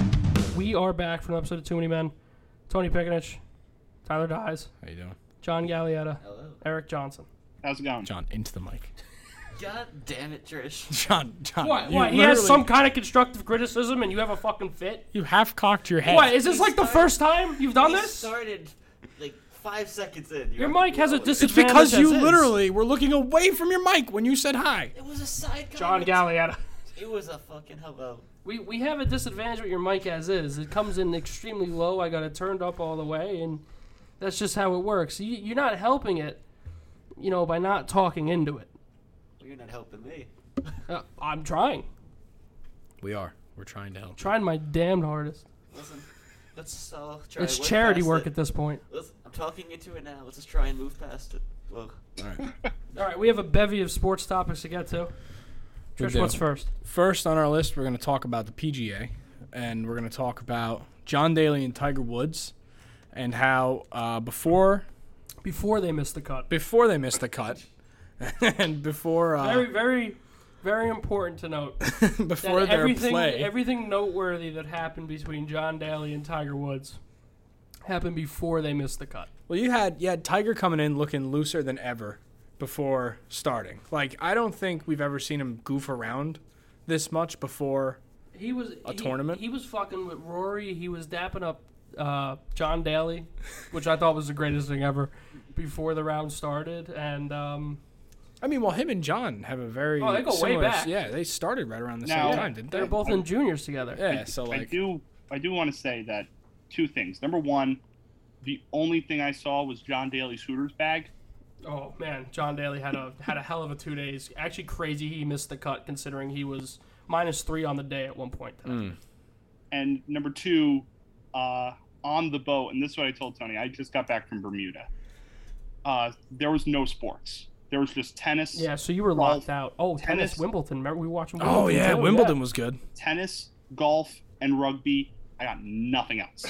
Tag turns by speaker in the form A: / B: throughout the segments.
A: now we're back from an episode of Too Many Men. Tony Pickenich, Tyler Dyes,
B: How you doing,
A: John Gallietta,
C: Hello.
A: Eric Johnson.
D: How's it going?
B: John? Into the mic,
C: God damn it, Trish.
B: John. John.
A: What?
B: you
A: What? He has
B: literally-
A: some kind of constructive criticism, and you have a fucking fit.
B: You half cocked your head.
A: What? Is this
C: We
A: like the
C: started-
A: first time you've done
C: We
A: this?
C: started like five seconds in.
A: Your
C: You're-
A: mic has a
C: It
A: dis-
B: It's because
A: Advantage
B: you
A: as is.
B: literally were looking away from your mic when you said hi.
C: was a side
A: John
C: comment.
A: Gallietta.
C: It was a fucking hello.
A: We, we have a disadvantage with your mic as is. It comes in extremely low. I got it turned up all the way, and that's just how it works. You, you're not helping it, you know, by not talking into it.
C: Well, you're not helping me.
A: Uh, I'm trying,
B: We are. We're trying to help.
A: trying my damned hardest.
C: Listen, let's just all try.
A: it's
C: to work
A: charity
C: past
A: work
C: It.
A: at this point.
C: Let's, I'm talking into it now. Let's just try and move past it. Well,
B: All right.
A: All right, we have a bevy of sports topics to get to.
B: We
A: Trish,
B: do.
A: what's first?
B: First on our list, we're going to talk about the PGA, and we're going to talk about John Daly and Tiger Woods, and how uh, before
A: Before they missed the cut.
B: before they missed the cut, and before uh,
A: Very, very, very important to note that
B: before their
A: everything,
B: play,
A: everything noteworthy that happened between John Daly and Tiger Woods happened before they missed the cut.
B: Well, you had you had Tiger coming in looking looser than ever before starting. Like I don't think we've ever seen him goof around this much before.
A: He was
B: A
A: he-
B: tournament?
A: He was fucking with Rory. He was dapping up uh, John Daly, which I thought was the greatest thing ever. Before the round started, and um,
B: I mean, well, him and John have a very
A: Oh, they go way
B: similar-
A: back.
B: Yeah, they started right around the
D: No.
B: same time, didn't they?
A: they're both in juniors together.
B: yeah. So
D: I
B: like,
D: do I do want to say that two things. Number one, the only thing I saw was John Daly's Hooters bag.
A: Oh man, John Daly had a had a hell of a two days. Actually, crazy he missed the cut considering he was minus three on the day at one point. Today.
B: Mm.
D: And number two, uh, on the boat, and this is what I told Tony, I just got back from Bermuda. Uh, there was no sports. There was just tennis,
A: Yeah, so you were
D: Golf,
A: locked out. Oh, tennis,
D: tennis.
A: Wimbledon. Remember we were watching? Wimbledon
B: oh yeah,
A: too,
B: Wimbledon was good.
D: tennis, golf, and rugby. I got nothing else.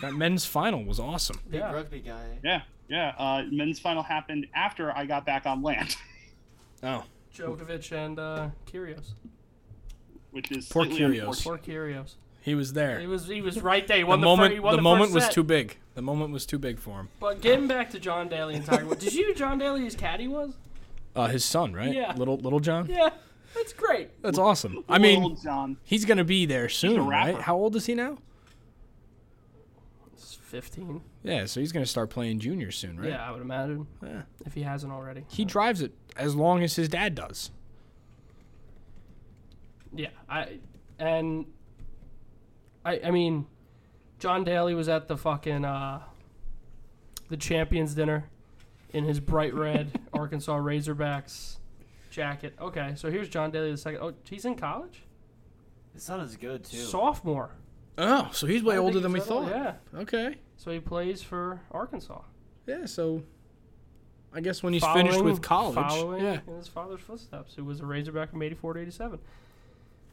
B: That men's final was awesome.
C: big
A: Yeah.
C: rugby guy.
D: yeah, yeah. Uh, men's final happened after I got back on land,
B: Oh,
A: Djokovic and uh, Kyrgios.
D: which is
B: Poor
D: slightly
B: Kyrgios.
D: unfortunate.
A: Poor Kyrgios.
B: he was
A: He
B: there.
A: was he was right there. He
B: The
A: won the, fir-
B: moment,
A: he won
B: the,
A: the,
B: moment
A: first
B: was
A: set.
B: too big. The moment was too big for him.
A: But getting back to John Daly and Tiger Woods, did you know John Daly's caddy was?
B: Uh, his son, right?
A: Yeah.
B: Little Little John.
A: Yeah, that's great.
B: That's awesome. I mean,
D: Little John.
B: he's gonna be there soon, right?
D: rapper.
B: How old is he now?
A: It's fifteen.
B: Yeah, so he's going to start playing junior soon, right?
A: Yeah, I would imagine
B: Yeah.
A: if he hasn't already.
B: He drives it as long as his dad does.
A: Yeah, I and I I mean, John Daly was at the fucking uh, the champions dinner in his bright red Arkansas Razorbacks jacket. Okay, so here's John Daly the second. Oh, he's in college,
C: His son is good too.
A: sophomore.
B: Oh, so he's way
A: I
B: older
A: think
B: than we
A: he's
B: thought.
A: Yeah,
B: Okay.
A: so he plays for Arkansas.
B: Yeah, so I guess when he's finished with college.
A: following
B: Yeah.
A: in his father's footsteps, who was a Razorback from '84 to '87.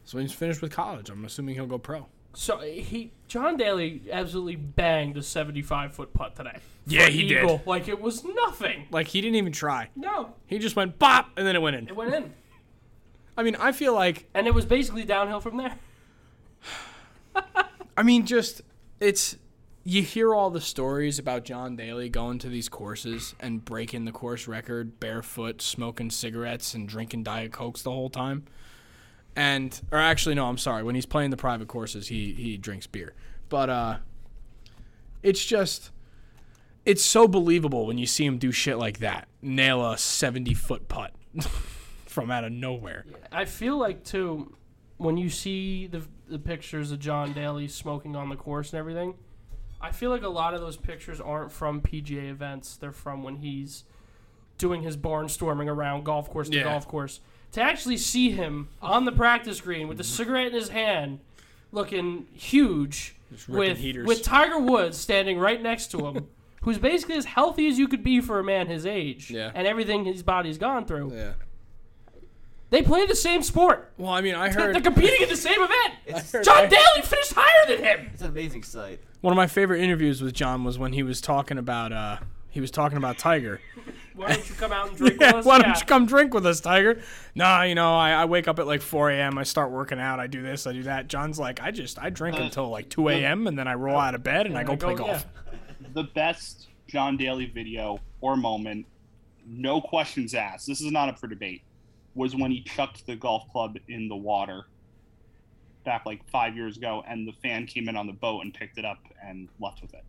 B: So when he's finished with college, I'm assuming he'll go pro.
A: So uh, he, John Daly, absolutely banged a 75 foot putt today.
B: Yeah,
A: Eagle, like it was nothing.
B: Like he didn't even try.
A: No,
B: He just went bop and then it went in.
A: it went in,
B: I mean, I feel like
A: and it was basically downhill from there.
B: I mean, just it's you hear all the stories about John Daly going to these courses and breaking the course record barefoot, smoking cigarettes and drinking diet cokes the whole time. And or actually no, I'm sorry. When he's playing the private courses, he he drinks beer. But uh it's just it's so believable when you see him do shit like that. Nail a 70 foot putt from out of nowhere.
A: I feel like too, when you see the the pictures of John Daly smoking on the course and everything, I feel like a lot of those pictures aren't from PGA events. They're from when he's doing his barnstorming around golf course to
B: Yeah.
A: golf course. To actually see him on the practice green
B: Mm-hmm.
A: with the cigarette in his hand, looking huge,
B: ripping
A: with
B: heaters.
A: with Tiger Woods standing right next to him. Who's basically as healthy as you could be for a man his age,
B: Yeah.
A: and everything his body's gone through.
B: Yeah.
A: They play the same sport.
B: Well, I mean, I
A: They're
B: heard
A: competing in the same event.
C: It's,
B: heard-
A: John Daly finished higher than him.
C: it's an amazing sight.
B: One of my favorite interviews with John was when he was talking about uh, he was talking about Tiger,
A: Why don't you come out and drink with us?
B: Why don't
A: Yeah.
B: you come drink with us, Tiger? Nah, you know, I, I wake up at like 4 a.m. I start working out. I do this. I do that. John's like, I just I
A: Uh,
B: drink until like 2 a.m. and then I roll out of bed and I go play golf.
A: yeah.
D: the best John Daly video or moment, no questions asked. This is not up for debate. Was when he chucked the golf club in the water back like five years ago, and the fan came in on the boat and picked it up and left with it.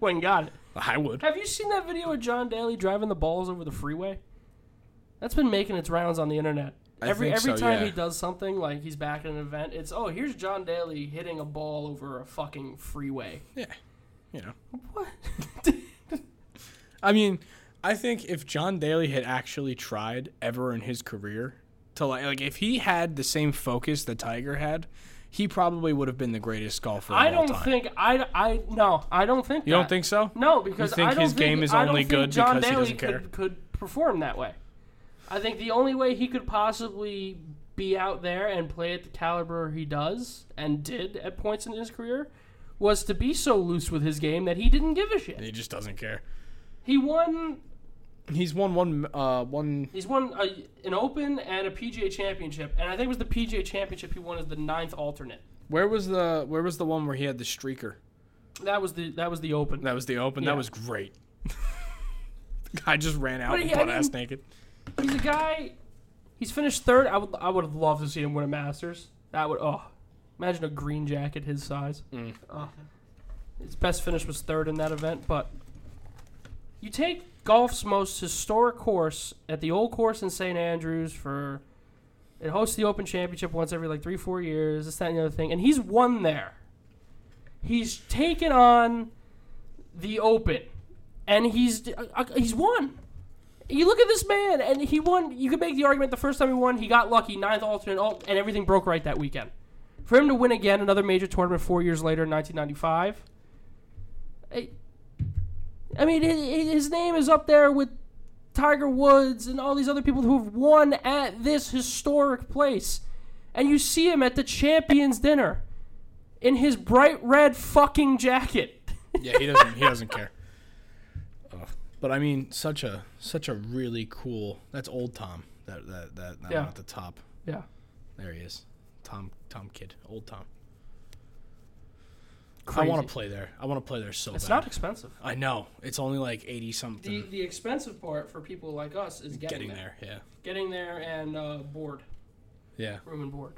A: Went and got it.
B: I would.
A: Have you seen that video of John Daly driving the balls over the freeway? That's been making its rounds on the internet.
B: I
A: every
B: think
A: every
B: so,
A: time
B: yeah.
A: he does something, like he's back at an event, it's oh here's John Daly hitting a ball over a fucking freeway.
B: Yeah. You know.
A: What?
B: I mean, I think if John Daly had actually tried ever in his career to like, like if he had the same focus that Tiger had, he probably would have been the greatest golfer. Of
A: I
B: all
A: don't
B: time.
A: think I I no I don't think
B: You
A: that.
B: don't think so?
A: No, because
B: think
A: I don't
B: his
A: think,
B: game is
A: I don't
B: only
A: think
B: good
A: John
B: because he
A: Daly
B: doesn't care?
A: Could, could perform that way. I think the only way he could possibly be out there and play at the caliber he does and did at points in his career was to be so loose with his game that he didn't give a shit.
B: He just doesn't care.
A: He won.
B: He's won one, uh, one.
A: He's won a, an Open and a PGA Championship, and I think it was the PGA Championship he won as the ninth alternate.
B: Where was the Where was the one where he had the streaker?
A: That was the that was the Open.
B: That was the open.
A: Yeah.
B: That was great. I just ran out
A: But
B: and
A: he- I
B: butt ass
A: didn't-
B: naked.
A: He's a guy. He's finished third. I would. I would have loved to see him win a Masters. That would. Oh, imagine a green jacket his size. Oh. His best finish was third in that event, but you take golf's most historic course at the old course in St Andrews for. It hosts the Open Championship once every like three, four years. This, that, and the other thing, and he's won there. He's taken on the Open, and he's uh, he's won. You look at this man, and he won. You could make the argument the first time he won, he got lucky, ninth alternate, alt, and everything broke right that weekend. For him to win again, another major tournament four years later in 1995. I, I mean, hi- hi- his name is up there with Tiger Woods and all these other people who have won at this historic place. And you see him at the champions dinner in his bright red fucking jacket.
B: Yeah, he doesn't. He doesn't care. Ugh. But I mean, such a such a really cool. That's old Tom. That that that, that
A: Yeah.
B: one at the top.
A: Yeah.
B: There he is. Tom Tom Kid. Old Tom.
A: Crazy.
B: I want to play there. I want to play there so
A: It's
B: bad.
A: not expensive.
B: I know. It's only like eighty
A: The,
B: something.
A: the expensive part for people like us is getting,
B: getting
A: there.
B: there.
A: Getting there and uh, board,
B: Yeah. Yeah.
A: room and board.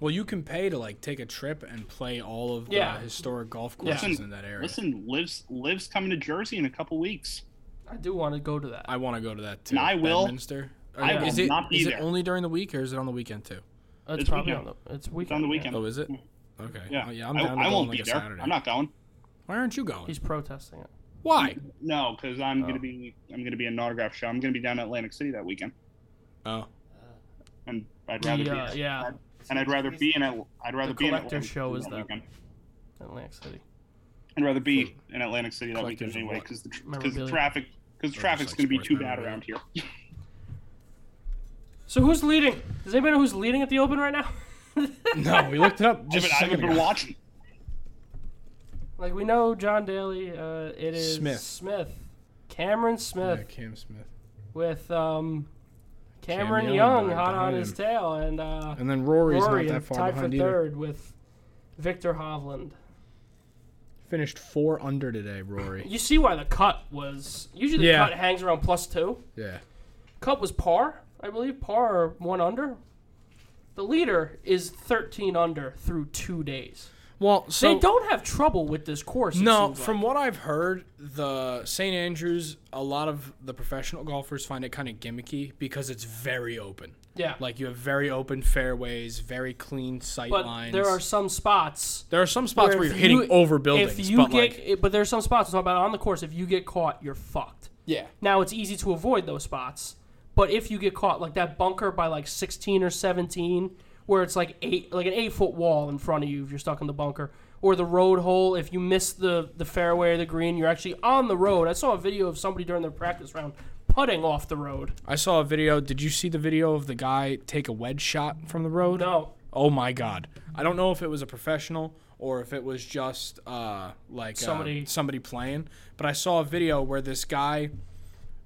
B: Well, you can pay to like take a trip and play all of the
A: Yeah.
B: historic golf courses
D: Listen-
B: in that area.
D: Listen, lives lives coming to Jersey in a couple weeks.
A: I do want to go to that.
B: I want to go to that too.
D: And I will-
B: Bedminster.
D: I
A: will
B: is it,
D: not be
B: is it
D: there.
B: only during the week or is it on the weekend too?
A: It's,
D: It's
A: probably
D: weekend.
A: on the it's weekend.
D: It's on the
A: yeah.
D: weekend.
B: Oh, is it? Okay.
D: Um, Yeah,
B: Oh,
D: yeah
B: yeah, I'm down to
D: I,
B: go on,
D: won't
B: like
D: be
B: a
D: there.
B: Saturday.
D: I'm not going.
B: Why aren't you going?
A: He's protesting it.
B: Why?
D: No, because I'm
B: Oh.
D: gonna be I'm gonna be in an autograph show. I'm gonna be down in Atlantic City that weekend,
B: Oh,
D: and I'd
A: The,
D: rather be
A: uh,
D: in-
A: yeah.
D: and I'd rather be in Atl- I'd rather
A: The
D: be in
A: collector
D: Atlantic
A: show
D: City
A: is that
D: weekend.
A: Atlantic City.
D: I'd rather be in Atlantic City that
B: Collectors
D: weekend
B: of
D: anyway,
B: what?
D: because the, tr- 'cause the
A: Memorabilia.
D: traffic because the
B: just
D: traffic's
B: like
D: going to be
B: sports
D: too bad
B: memorabilia.
D: around here.
A: So who's leading? Does anybody know who's leading at the Open right now?
B: no, we looked it up
D: I
B: just
D: mean,
B: a
D: I
B: second
D: haven't been
B: ago.
D: watching.
A: like we know John Daly. Uh, it is
B: Smith.
A: Smith. Cameron Smith
B: Yeah, Cam Smith.
A: with um, Cameron
B: Young
A: Young
B: behind-
A: hot on
B: behind
A: his
B: him.
A: tail, and uh,
B: And then Rory's
A: Rory
B: not that
A: and
B: far
A: tied for
B: behind either.
A: third with Victor Hovland.
B: Finished four under today, Rory.
A: You see why the cut was usually
B: Yeah.
A: the cut hangs around plus two.
B: yeah.
A: Cup was par, I believe, par or one under. The leader is 13 under through two days.
B: Well, so
A: they don't have trouble with this course. it
B: No,
A: seems like.
B: from what I've heard, the St. Andrews, a lot of the professional golfers find it kind of gimmicky because it's very open.
A: yeah,
B: Like you have very open fairways, very clean sight
A: but
B: lines.
A: there are some spots
B: there are some spots where
A: if
B: you're hitting
A: you-
B: over buildings,
A: If you
B: but
A: get,
B: like
A: it- but there's some spots. It's all about on the course. If you get caught, you're fucked.
B: yeah,
A: Now it's easy to avoid those spots, but if you get caught, like that bunker by like 16 or 17, where it's like eight, like an eight foot wall in front of you if you're stuck in the bunker, or the road hole if you miss the the fairway or the green, you're actually on the road. I saw a video of somebody during their practice round putting off the road.
B: I saw a video. Did you see the video of the guy take a wedge shot from the road?
A: No,
B: Oh my god! I don't know if it was a professional or if it was just uh, like uh,
A: Somebody-
B: somebody playing, but I saw a video where this guy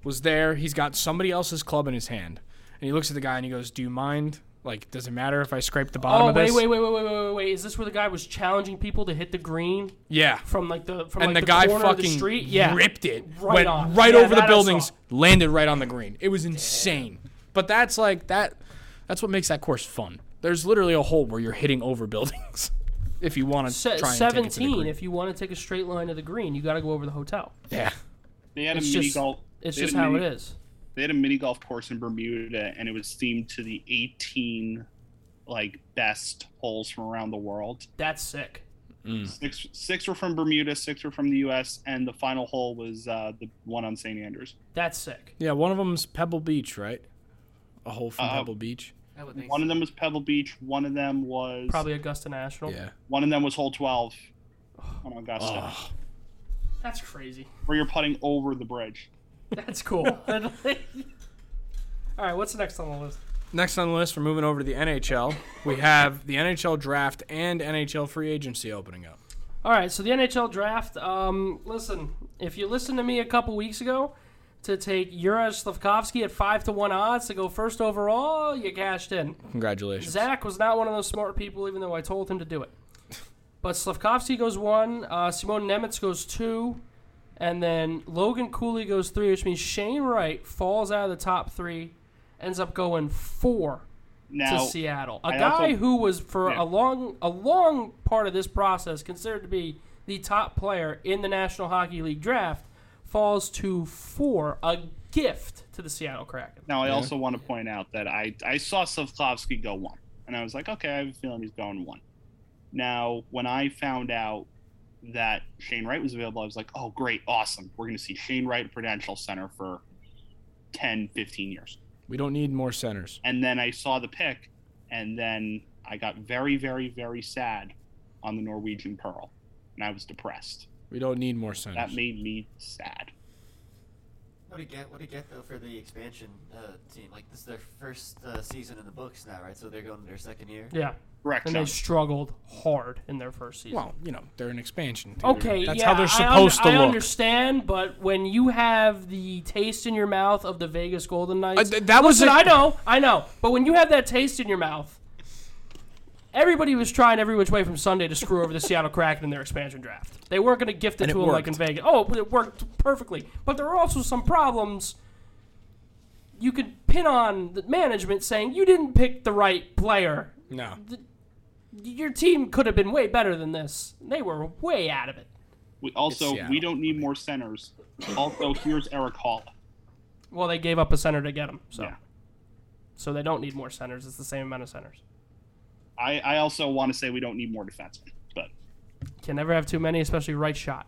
B: was there. He's got somebody else's club in his hand, and he looks at the guy and he goes, "Do you mind? Like, does it matter if I scrape the bottom
A: Oh
B: of
A: wait,
B: this?"
A: wait, wait, wait, wait, wait, wait, wait! Is this where the guy was challenging people to hit the green
B: Yeah.
A: from like the from
B: And
A: like,
B: the, guy
A: corner of
B: fucking
A: the street? Yeah,
B: ripped it,
A: Right
B: went
A: on.
B: right
A: Yeah,
B: over the
A: that I
B: buildings,
A: saw.
B: landed right on the green. It was insane. But that's like that. That's what makes that course fun. There's literally a hole where you're hitting over buildings. If you want to
A: Se-
B: try and take it to the
A: Seventeen.
B: green.
A: If you want to take a straight line to the green, you got to go over the hotel.
B: yeah.
D: They had
A: It's
D: a mini
A: just-
D: golf.
A: It's
D: they had
A: just
D: a
A: how it
D: mini-
A: is.
D: They had a mini golf course in Bermuda, and it was themed to the 18 like best holes from around the world.
A: That's sick.
D: Six six were from Bermuda, six were from the U.S., and the final hole was uh, the one on St. Andrews.
A: That's sick.
B: Yeah, one of them's Pebble Beach, right? A hole from
D: Uh,
B: Pebble Beach.
C: That would make
D: One of them was Pebble Beach. One of them was
A: Probably Augusta National.
B: Yeah.
D: One of them was hole 12 on Augusta,
A: That's crazy.
D: where you're putting over the bridge.
A: That's cool. All right, what's next on the list?
B: Next on the list, we're moving over to the NHL. We have the NHL draft and NHL free agency opening up.
A: All right, so the NHL draft. Um, listen, if you listened to me a couple weeks ago to take Yura Slavkovsky at five to one odds to go first overall, you cashed in.
B: Congratulations.
A: Zach was not one of those smart people, even though I told him to do it. But Slavkovsky goes one, uh, Simone Nemitz goes two, and then Logan Cooley goes three, which means Shane Wright falls out of the top three, ends up going four to
D: Now,
A: Seattle. A
D: I
A: guy
D: also-
A: who was for a
D: Yeah.
A: long a long part of this process considered to be the top player in the National Hockey League draft falls to four, a gift to the Seattle Kraken.
D: now I also want to point out that I, I saw Slavkovsky go one, and I was like, okay, I have a feeling he's going one. Now, when I found out that Shane Wright was available, I was like, oh, great, awesome. We're going to see Shane Wright at Prudential Center for 10, 15 years.
B: We don't need more centers.
D: And then I saw the pick, and then I got very, very, very sad on the Norwegian Pearl, and I was depressed.
B: We don't need more centers.
D: That made me sad.
C: What do you get? What do you get though for the expansion uh, team? Like this is their first uh, season in the books now, right? So they're going to their second year.
A: Yeah.
D: Correct,
A: And
D: John.
A: they struggled hard in their first season.
B: well, you know, they're an expansion team.
A: Okay,
B: That's
A: yeah,
B: how they're
A: I un-
B: supposed
A: I
B: to look.
A: understand, but when you have the taste in your mouth of the Vegas Golden Knights,
B: Uh, th- that was
A: listen,
B: a-
A: I know, I know, but when you have that taste in your mouth, everybody was trying every which way from Sunday to screw over the Seattle Kraken in their expansion draft. They weren't going to gift it
B: And it
A: to them like in
B: worked.
A: Vegas. Oh, but it worked perfectly, but there were also some problems. You could pin on the management saying you didn't pick the right player.
B: No.
A: Your team could have been way better than this. They were way out of it.
D: We also
B: It's Seattle.
D: we don't need more centers. Also, here's Eric Hall.
A: Well, they gave up a center to get him, so
D: Yeah.
A: so they don't need more centers. It's the same amount of centers.
D: I, I also want to say we don't need more defensemen, but
A: Can never have too many, especially right shot,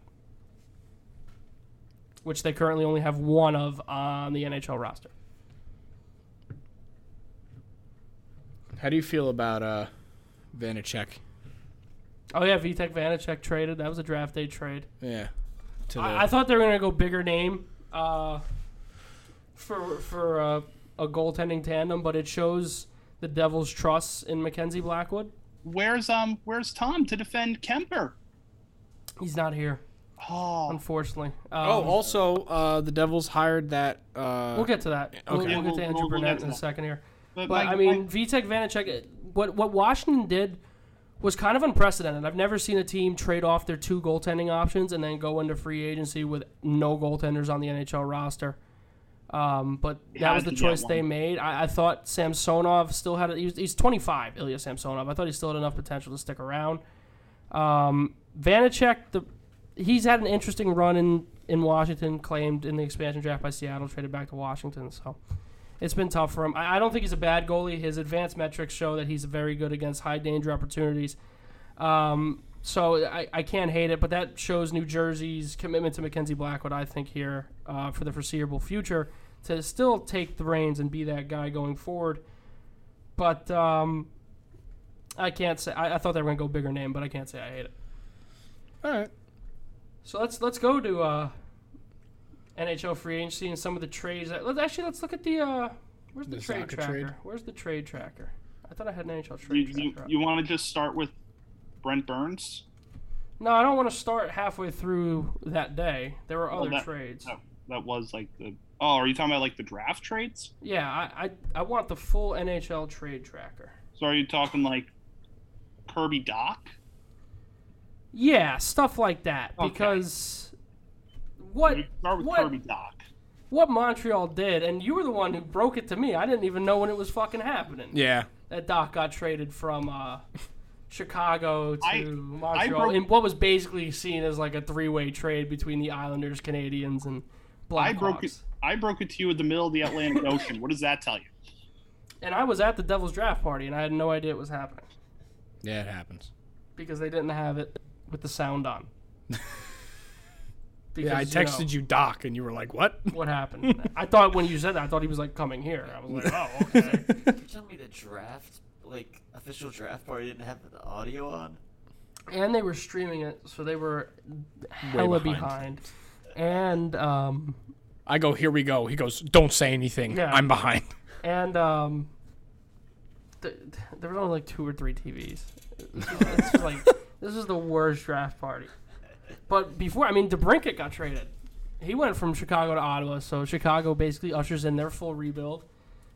A: which they currently only have one of on the NHL roster.
B: How do you feel about uh, Vanacek?
A: Oh yeah, Vitek Vanacek traded. That was a draft day trade.
B: Yeah. To the,
A: I, I thought they were gonna go bigger name uh, for for uh, a goaltending tandem, but it shows the Devils' trust in Mackenzie Blackwood.
D: where's um where's Tom to defend Kemper?
A: He's not here,
D: Oh,
A: unfortunately. Um,
B: oh, also, uh, the Devils hired that. Uh,
A: We'll get to that. We'll,
B: Okay.
A: we'll get to
D: We'll-
A: Andrew
D: we'll- we'll
A: Burnett
D: get to
A: in a
D: that.
A: second here.
D: but,
A: But
D: my-
A: I mean, Vitek Vanacek. uh, What what Washington did was kind of unprecedented. I've never seen a team trade off their two goaltending options and then go into free agency with no goaltenders on the NHL roster. Um, but that
D: had
A: was the
D: to get
A: choice
D: one.
A: they made. I, I thought Samsonov still had. He was, he's 25, Ilya Samsonov. I thought he still had enough potential to stick around. Um, Vanacek, the he's had an interesting run in, in Washington, claimed in the expansion draft by Seattle, traded back to Washington. So it's been tough for him. I, I don't think he's a bad goalie. His advanced metrics show that he's very good against high danger opportunities. Um, so I, I can't hate it, but that shows New Jersey's commitment to Mackenzie Blackwood, I think, here uh, for the foreseeable future to still take the reins and be that guy going forward. But um, I can't say I, I thought they were going to go bigger name, but I can't say I hate it.
B: All right.
A: So let's let's go to uh, NHL free agency and some of the trades. That, let's actually let's look at the uh, where's the,
B: The
A: trade
B: Zaka
A: tracker?
B: trade?
A: Where's the trade tracker? I thought I had an NHL
D: you,
A: trade
D: you,
A: tracker. up.
D: you want to just start with Brent Burns?
A: no, I don't want to start halfway through that day. There were other
D: that-
A: trades.
D: That, that was like the Oh, are you talking about like the draft trades?
A: Yeah, I, I, I want the full NHL trade tracker.
D: So are you talking like Kirby Doc?
A: Yeah, stuff like that.
D: Okay.
A: Because what
D: We start with
A: what
D: Kirby Doc.
A: what Montreal did, and you were the one who broke it to me. I didn't even know when it was fucking happening.
B: Yeah.
A: That Doc got traded from uh, Chicago to
D: I- I
A: Montreal
D: broke-
A: in what was basically seen as like a three way trade between the Islanders, Canadians, and
D: I
A: Blackhawks.
D: broke it. I broke it to you in the middle of the Atlantic Ocean. What does that tell you?
A: And I was at the Devils draft party, and I had no idea it was happening
B: Yeah, it happens.
A: because they didn't have it with the sound on. because,
B: Yeah, I texted you,
A: know,
B: Doc, and you were like, "What?"
A: What happened? I thought when you said that, I thought he was like coming here. I was like, oh, okay.
C: You're telling me the draft, like official draft party, didn't have the audio on?
A: and they were streaming it, so they were hella behind.
B: behind.
A: And um,
B: I go, "Here we go." He goes, "Don't say anything.
A: Yeah.
B: I'm behind."
A: and um, th- th- there was only like two or three TVs. This was like this is the worst draft party. But before, I mean, DeBrinket got traded. He went from Chicago to Ottawa, so Chicago basically ushers in their full rebuild.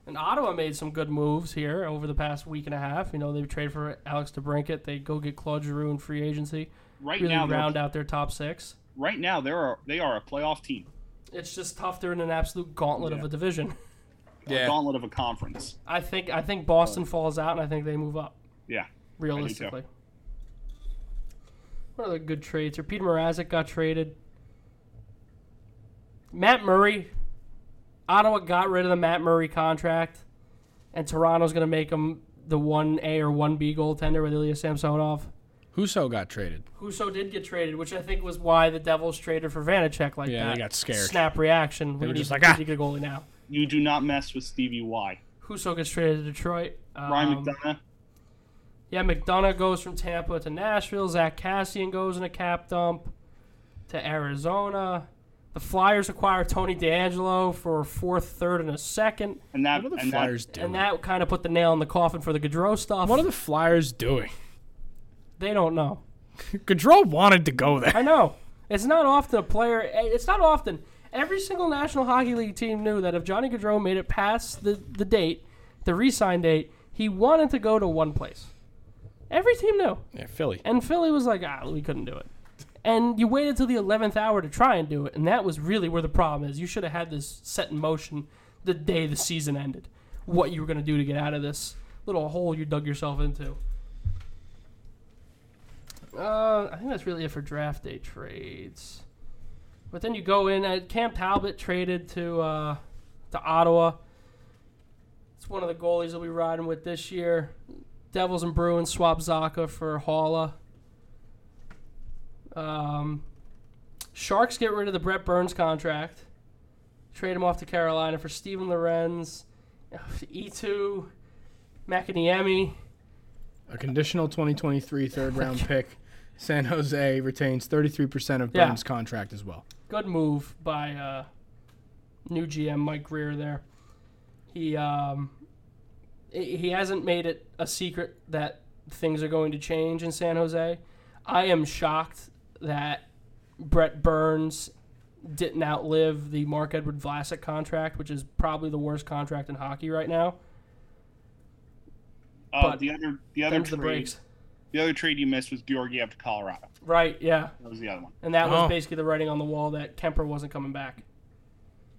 A: And Ottawa made some good moves here over the past week and a half. You know, they traded for Alex DeBrinket. They go get Claude Giroux in free agency.
D: Right
A: Really
D: now,
A: round
D: they're-
A: out their top six.
D: right now they are they are a playoff team,
A: It's just tough. They're in an absolute gauntlet of
D: Yeah.
A: a division.
D: a gauntlet of a conference.
A: I think I think Boston falls out, and I think they move up
D: Yeah,
A: realistically. What other good trades? Or Peter Mrazek got traded. Matt Murray. Ottawa got rid of the Matt Murray contract, and Toronto's going to make him the one A or one B goaltender with Ilya Samsonov.
B: Huso got traded.
A: Huso did get traded, which I think was why the Devils traded for Vanacek like
B: Yeah,
A: that.
B: they got scared.
A: Snap reaction. We
B: were
A: need,
B: just like,
A: we
B: "Ah."
A: need to get a goalie now.
D: you do not mess with Stevie Y.
A: Huso gets traded to Detroit.
D: Ryan
A: Um,
D: McDonough.
A: Yeah, McDonough goes from Tampa to Nashville. Zach Cassian goes in a cap dump to Arizona. The Flyers acquire Tony D'Angelo for a fourth, third, and a second,
D: And that
B: What are the
D: and that-
B: Flyers doing?
A: and that kind of put the nail in the coffin for the Gaudreau stuff.
B: what are the Flyers doing?
A: they don't know.
B: Gaudreau wanted to go there.
A: I know. It's not often a player. eh, It's not often. Every single National Hockey League team knew that if Johnny Gaudreau made it past the, the date, the re-sign date, he wanted to go to one place. Every team knew.
B: Yeah, Philly.
A: And Philly was like, ah, we couldn't do it. And you waited till the 11th hour to try and do it. And that was really where the problem is. You should have had this set in motion the day the season ended. What you were going to do to get out of this little hole you dug yourself into. Uh, I think that's really it for draft day trades. But then you go in at Camp Talbot traded to uh, to Ottawa. It's one of the goalies that we will be riding with this year. Devils and Bruins swap Zaka for Halla. Um, Sharks get rid of the Brett Burns contract, trade him off to Carolina for Steven Lorenz, E E2, McAniemi.
B: A conditional 2023 third round pick. San Jose retains 33% of
A: Yeah.
B: Burns' contract as well.
A: Good move by uh, new GM Mike Greer there. He um, he he hasn't made it a secret that things are going to change in San Jose. I am shocked that Brett Burns didn't outlive the Mark Edward Vlasic contract, which is probably the worst contract in hockey right now.
D: Uh,
A: but-
D: the other the other
A: Bends the
D: trade
A: brakes.
D: the other trade you missed was Georgiev to Colorado.
A: Right, yeah.
D: That was the other one.
A: And that
B: Oh.
A: was basically the writing on the wall that Kemper wasn't coming back.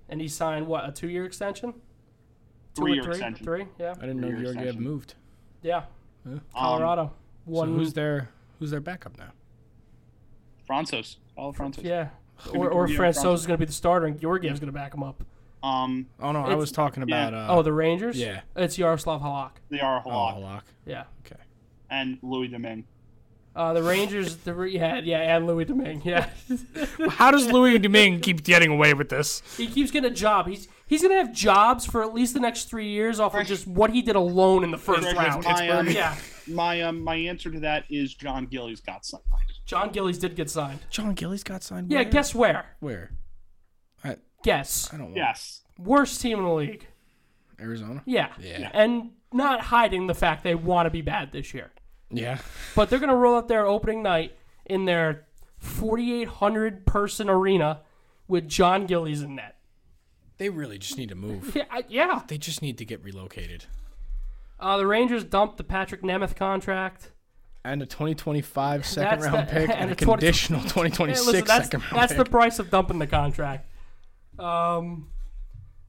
A: And he signed, what, a two year extension? Two or
D: Three-year
A: three?
D: extension.
A: Three, yeah.
B: I didn't know
D: Three-year
B: Georgiev
D: extension.
B: moved.
A: Yeah.
D: Um,
A: Colorado.
B: So
A: One
B: who's their who's their backup now?
D: Franzos. All Franzos.
A: Yeah. Or, or
D: Georgiev
A: Franco's
D: Franzos.
A: is going to be the starter, and Georgiev's going to back him up.
D: Um,
B: Oh no, I
A: It's-
B: was talking
D: yeah.
B: about uh,
A: oh, the Rangers?
B: yeah.
A: It's Yaroslav Halak.
D: they are a
B: oh,
D: lot.
B: Halak.
A: Yeah.
B: Okay.
D: and Louis Domingue.
A: Uh, the Rangers, the Ra- yeah, yeah, and Louis Domingue. Yeah.
B: How does Louis Domingue keep getting away with this?
A: he keeps getting a job. He's he's going to have jobs for at least the next three years off of just what he did alone in the first
D: Fresh
A: round.
D: as my, um,
A: Yeah.
D: My um, my answer to that is John Gillies got signed.
A: John Gillies did get signed.
B: John Gillies got signed.
A: Yeah,
B: where?
A: guess where?
B: where?
A: Guess.
B: I don't want
D: Yes,
A: Worst team in the league.
B: Arizona.
A: Yeah.
B: Yeah.
A: And not hiding the fact they want to be bad this year.
B: Yeah.
A: But they're going to roll out their opening night in their 4,800 person arena with John Gillies in net.
B: They really just need to move.
A: Yeah, I- yeah.
B: They just need to get relocated.
A: Uh, the Rangers dumped the Patrick Nemeth contract.
B: And a 2025 second
A: That's
B: round
A: the-
B: pick
A: and
B: and a
A: a 20
B: conditional
A: Hey,
B: 2026
A: listen, that's,
B: second round
A: that's
B: pick.
A: the price of dumping the contract. Um,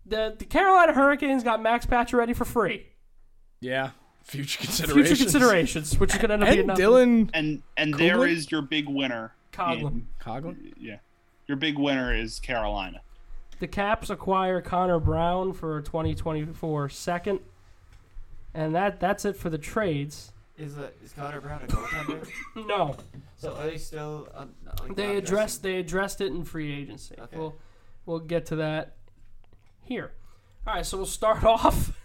A: the the Carolina Hurricanes got Max Pacioretty for free.
B: yeah. Future considerations.
A: Future considerations, which is going to end up being
B: And
A: nothing.
B: Dylan
D: And and there
B: Coughlin?
D: is your big winner.
A: Coughlin.
B: Coglin.
D: in- yeah, your big winner is Carolina.
A: The Caps acquire Connor Brown for 2024 second, and that that's it for the trades.
C: Is uh, is Connor Brown a goaltender?
A: No,
C: so are they still? Um, like,
A: they
C: not
A: addressed
C: dressing?
A: they addressed it in free agency.
C: Okay.
A: We'll we'll get to that here. All right, so we'll start off.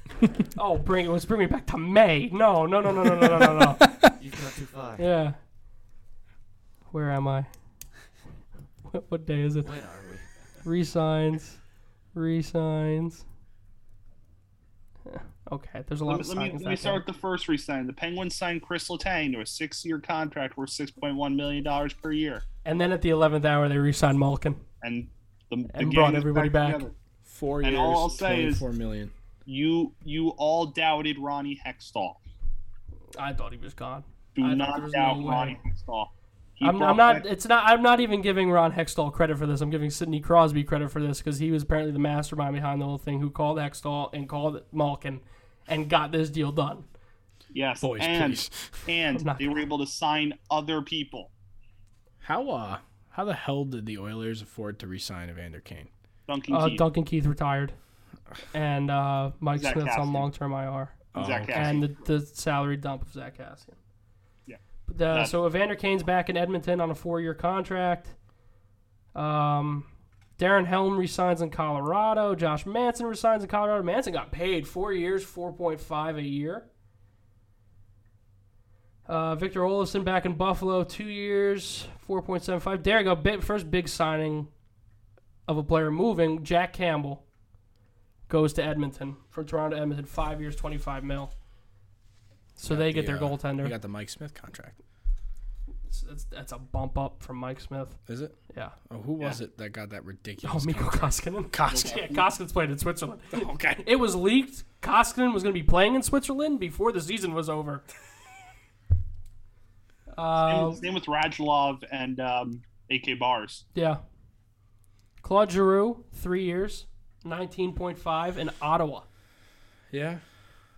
A: oh, bring let's bring me back to May. No, no, no, no, no, no, no, no.
C: You've gone too far.
A: Yeah. Where am I? What, what day is it?
C: When are we?
A: Resigns. Resigns. Okay, there's a lot
D: Let,
A: of
D: me- let me
A: signings
D: let
A: that
D: me
A: day.
D: start with the first resign. The Penguins signed Chris Letang to a six-year contract worth six point one million dollars per year,
A: And then at the 11th hour, they re signed Malkin.
D: and the, the
A: And
D: gang
A: brought
D: is
A: everybody back.
D: together.
B: Four
D: And
B: years,
D: all I'll say is-
B: 24 million.
D: You you all doubted Ronnie Hextall.
A: I thought he was gone.
D: Do
A: I- there
D: not
A: was no
D: doubt
A: way.
D: Ronnie Hextall. He
A: I'm,
D: brought
A: I'm not.
D: back-
A: It's not. I'm not even giving Ron Hextall credit for this. I'm giving Sidney Crosby credit for this because he was apparently the mastermind behind the whole thing. Who called Hextall and called Malkin, and got this deal done.
D: yes,
B: Boys,
D: and
B: please.
D: and
A: I'm not
D: they were able to sign other people.
B: How uh how the hell did the Oilers afford to re-sign Evander Kane?
D: Duncan
A: Uh,
D: Keith,
A: Duncan Keith retired, and uh, Mike
D: Zach
A: Smith's on
D: Cassian.
A: long-term IR.
D: Zach
B: okay.
D: Cassian.
A: and the, the salary dump of Zach Cassian.
D: Yeah.
A: But the-
D: That-
A: so Evander Kane's back in Edmonton on a four-year contract. Um, Darren Helm resigns in Colorado. Josh Manson resigns in Colorado. Manson got paid four years, four point five a year. Uh, Victor Olofsson back in Buffalo, two years, four point seven five. There you go. Big, first big signing of a player moving. Jack Campbell goes to Edmonton from Toronto to Edmonton, five years, twenty five mil. So they get
B: The,
A: their
B: uh,
A: goaltender.
B: You got the Mike Smith contract.
A: It's- it's- that's a bump up from Mike Smith.
B: Is it?
A: Yeah.
B: Oh, who was it that got that
A: Oh,
B: ridiculous?
A: Miko
B: contract?
A: Koskinen.
B: Koskinen.
A: Yeah, Koskinen's played in Switzerland.
B: Okay.
A: It was leaked. Koskinen was going to be playing in Switzerland before the season was over. Uh,
D: Same with Radulov and um, AK Bars.
A: yeah. Claude Giroux, three years, nineteen point five in Ottawa.
B: Yeah.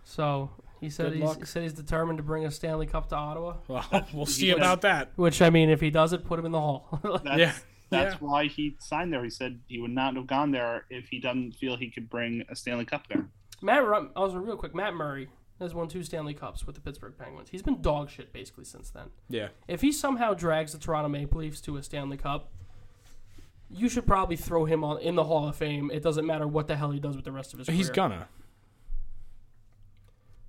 A: So he said
B: Good
A: he's,
B: luck.
A: he said he's determined to bring a Stanley Cup to Ottawa.
B: Well, we'll see about that.
A: Which I mean, if he does it, put him in the hall.
D: That's,
B: Yeah.
D: That's
B: Yeah.
D: why he signed there. He said he would not have gone there if he doesn't feel he could bring a Stanley Cup there.
A: Matt, Rum- also real quick, Matt Murray has won two Stanley Cups with the Pittsburgh Penguins. He's been dog shit basically since then.
B: Yeah.
A: If he somehow drags the Toronto Maple Leafs to a Stanley Cup, you should probably throw him on in the Hall of Fame. It doesn't matter what the hell he does with the rest of his
B: He's
A: career.
B: gonna.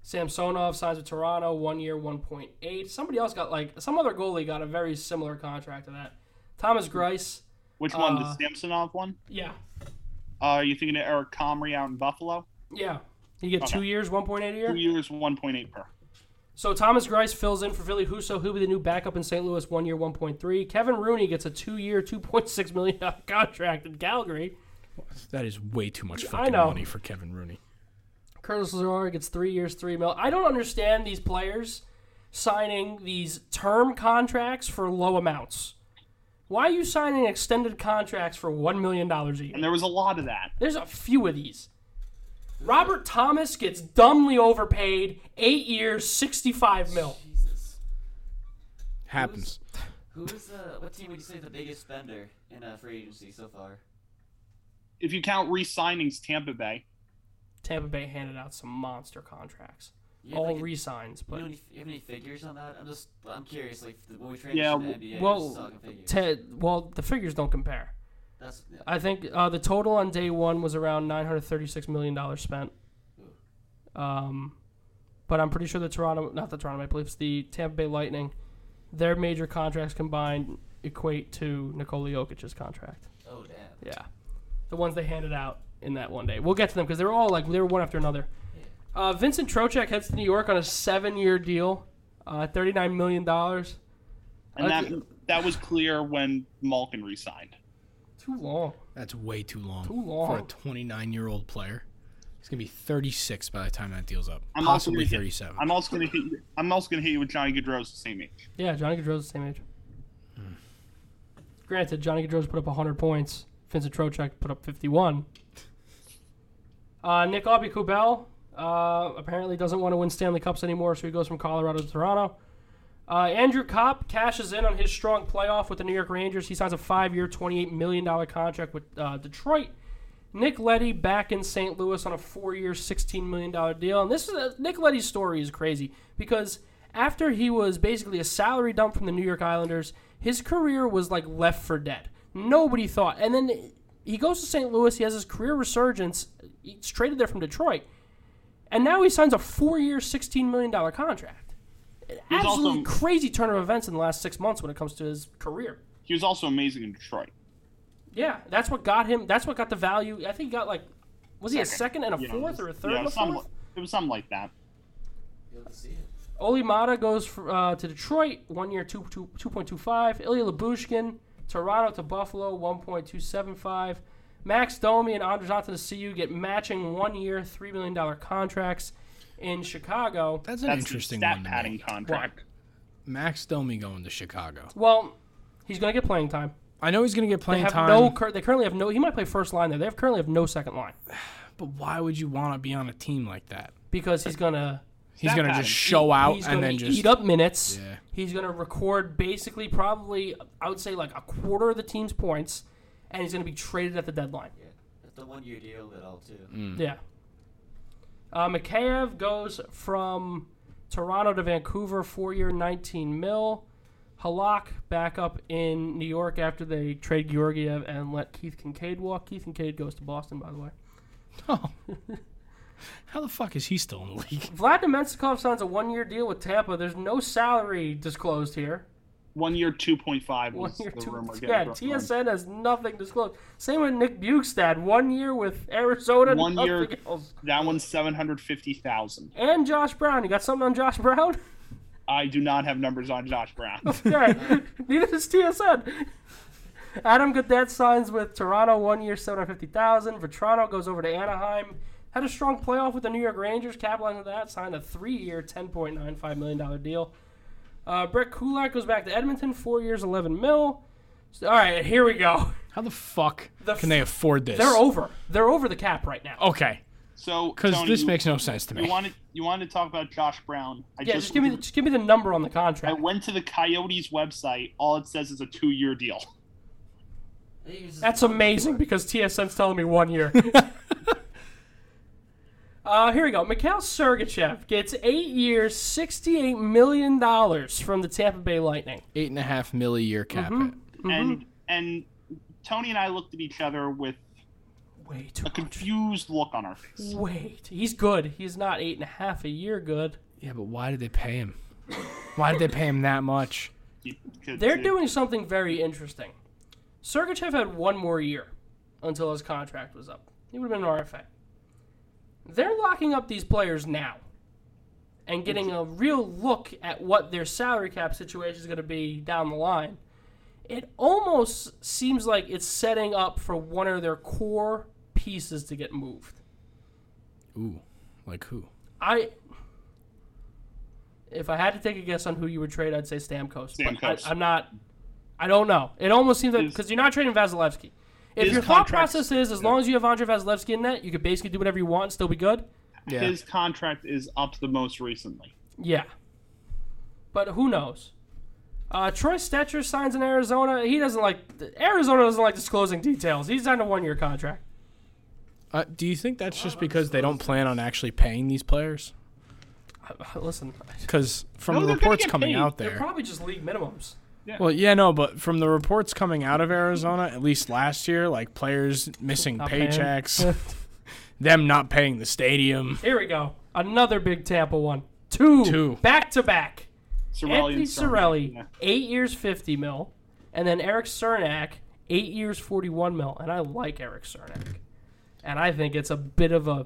A: Samsonov signs with Toronto, one year, one point eight. Somebody else got like some other goalie got a very similar contract to that. Thomas Grice,
D: Which one?
A: Uh,
D: The Samsonov one?
A: yeah,
D: Uh, are you thinking of Eric Comrie out in Buffalo?
A: yeah, he get two
D: Okay.
A: years, one point eight a year.
D: Two years, 1.8 per.
A: So Thomas Grice fills in for Philly Huso, who'll be the new backup in St. Louis, one year, one point three. Kevin Rooney gets a two-year, two point six million dollar contract in Calgary.
B: That is way too much
A: I
B: fucking
A: know.
B: money for Kevin Rooney.
A: Curtis Lazar gets three years, three mil. I don't understand these players signing these term contracts for low amounts. Why are you signing extended contracts for one million dollars a year?
D: And there was a lot of that.
A: There's a few of these. Robert Thomas gets dumbly overpaid, eight years, sixty-five mil.
C: Jesus.
B: Happens.
C: Who is uh? What team would you say is the biggest spender in uh, free agency so far?
D: If you count re signings, Tampa Bay.
A: Tampa Bay handed out some monster contracts.
C: You have,
A: all
C: like, a-
A: resigns,
C: You,
A: but
C: know any, you have any figures on that? I'm just I'm curious. Like the- when we
D: Yeah,
C: transition
D: w-
C: to NBA,
A: well,
C: just talking figures.
A: Ted, well, the figures don't compare.
C: That's yeah,
A: I think uh, the total on day one was around nine hundred thirty-six million dollars spent. Um, but I'm pretty sure the Toronto, not the Toronto Maple Leafs, the Tampa Bay Lightning, their major contracts combined equate to Nikola Jokic's contract.
C: oh damn.
A: Yeah, the ones they handed out in that one day. We'll get to them because they were all like they were one after another. Uh, Vincent Trocheck heads to New York on a seven-year deal, uh, thirty-nine million dollars.
D: And
A: I-
D: that, that was clear when Malkin re signed.
A: Too long.
B: That's way too long.
A: Too long.
B: for a 29 year old player. He's gonna be 36 by the time that deal's up.
D: I'm also
B: possibly
D: gonna hit-
B: 37.
D: I'm also gonna hit. You, I'm also gonna hit you with Johnny Gaudreau's the same age.
A: Yeah, Johnny Gaudreau's the same age. Granted, Johnny Gaudreau's put up 100 points. Vincent Trocheck put up 51. Uh, Nick Aubie Kubel uh, apparently doesn't want to win Stanley Cups anymore, so he goes from Colorado to Toronto. Uh, Andrew Kopp cashes in on his strong playoff with the New York Rangers. He signs a five-year, $28 million contract with uh, Detroit. Nick Letty back in St. Louis on a four-year, sixteen million dollar deal, and this is uh, Nick Letty's story is crazy because after he was basically a salary dump from the New York Islanders, his career was like left for dead. Nobody thought, and then he goes to St. Louis. He has his career resurgence. He's traded there from Detroit, and now he signs a four-year, sixteen million dollar contract. An
D: He's
A: absolute
D: also-
A: crazy turn of events in the last six months when it comes to his career.
D: He was also amazing in Detroit.
A: Yeah, that's what got him. That's what got the value. I think he got like, was he a second
D: Second.
A: and a
D: You know,
A: fourth
D: it
A: or a
D: was-
A: third?
D: yeah,
A: and a
D: something
A: fourth?
D: li- It was something like that.
C: You'll have to see it.
A: Olimata goes for, uh, to Detroit, one year, two, two, 2.25. Ilya Labushkin, Toronto to Buffalo, 1.275. Max Domi and Andres Antanasiu get matching one year, $3 million contracts in Chicago.
B: That's an
D: That's
B: interesting
D: the stat
B: one. to
D: padding
B: make.
D: contract.
B: Max Domi going to Chicago.
A: Well, he's going to get playing time.
B: I know he's gonna get
A: They
B: playing
A: have
B: time,
A: no. Cur- they currently have no. He might play first line there. They have currently have no second line
B: but why would you want to be on a team like that?
A: because he's going to
B: He's
D: Stat
B: gonna
D: padding.
B: just show out
A: he's
B: and
A: gonna
B: then just
A: eat up minutes.
B: Yeah.
A: He's gonna record basically probably I would say like a quarter of the team's points, and he's gonna be traded at the deadline.
C: Yeah, that's the one-year deal that I'll do.
B: Hmm.
A: Yeah. Uh, Mikheyev goes from Toronto to Vancouver, four-year, 19 mil. Halak back up in New York after they trade Georgiev and let Keith Kincaid walk. Keith Kincaid goes to Boston, by the way.
B: Oh. How the fuck is he still in the league?
A: Vladimir Mensikov signs a one-year deal with Tampa. There's no salary disclosed here.
D: One year, two point five
A: One
D: was
A: year,
D: the
A: two,
D: rumor. getting
A: yeah,
D: thrown around.
A: TSN has nothing disclosed. Same with Nick Bugstad, one year with Arizona,
D: One
A: nothing
D: year-
A: else.
D: That one's seven hundred fifty thousand.
A: And Josh Brown, you got something on Josh Brown?
D: I do not have numbers on Josh Brown.
A: Okay, neither does TSN. Adam Gaudette signs with Toronto, one year, seven hundred fifty thousand. Vetrano goes over to Anaheim. Had a strong playoff with the New York Rangers, capitalizing on that. Signed a three-year, ten point nine five million dollar deal. Uh, Brett Kulak goes back to Edmonton, four years, eleven mil. So- all right, here we go.
B: How the fuck
A: The
B: can they afford this?
A: They're over. They're over the cap right now.
B: okay,
D: So
B: because
D: Tony,
B: this
D: you,
B: makes no sense to me.
D: you wanted you wanted to talk about Josh Brown. I
A: Yeah, just, give me the, just give me the number on the
D: I
A: contract.
D: went to the Coyotes website. All it says is a two-year deal.
C: I think it was just
A: That's amazing because TSN's telling me one year. uh, here we go. Mikhail Sergachev gets eight years, sixty-eight million dollars from the Tampa Bay Lightning.
B: Eight and a half milli year cap hit.
A: Mm-hmm.
D: And and Tony and I looked at each other with
A: Way too
D: a
A: much.
D: confused look on our face.
A: Wait, he's good. He's not eight and a half a year good.
B: Yeah, but why did they pay him? Why did they pay him that much?
A: They're doing something very interesting. Sergachev had one more year until his contract was up. He would have been an RFA. They're locking up these players now and getting a real look at what their salary cap situation is going to be down the line. It almost seems like it's setting up for one of their core pieces to get moved.
B: Ooh, like who?
A: I if I had to take a guess on who you would trade, I'd say Stamkos. But
D: Stamkos.
A: I, I'm not. I don't know. It almost seems like
D: Is-
A: because you're not trading Vasilevsky. If
D: His
A: your thought
D: contract's-
A: process is as long as you have Andre Vasilevsky in net, you could basically do whatever you want and still be good.
B: Yeah.
D: His contract is up the most recently.
A: Yeah. But who knows? Uh, Troy Stetcher signs in Arizona. He doesn't like Arizona doesn't like disclosing details. He signed a one-year contract.
B: Uh, do you think that's just because they don't plan on actually paying these players?
A: Uh, Listen,
B: Because from
D: No,
B: the
D: they're gonna
B: reports
D: get
B: coming
D: paid.
B: out
A: they're
B: there,
A: probably just league minimums.
B: well, yeah, no, but from the reports coming out of Arizona, at least last year, like players missing
A: Not paying.
B: paychecks, them not paying the stadium.
A: Here we go. Another big Tampa one. Two,
B: Two.
A: back to back.
D: Cirelli
A: Anthony
D: and
A: Sorelli,
D: Sorelli. Yeah.
A: eight years, fifty mil, and then Eric Cernak, eight years, forty-one mil. And I like Eric Cernak, and I think it's a bit of a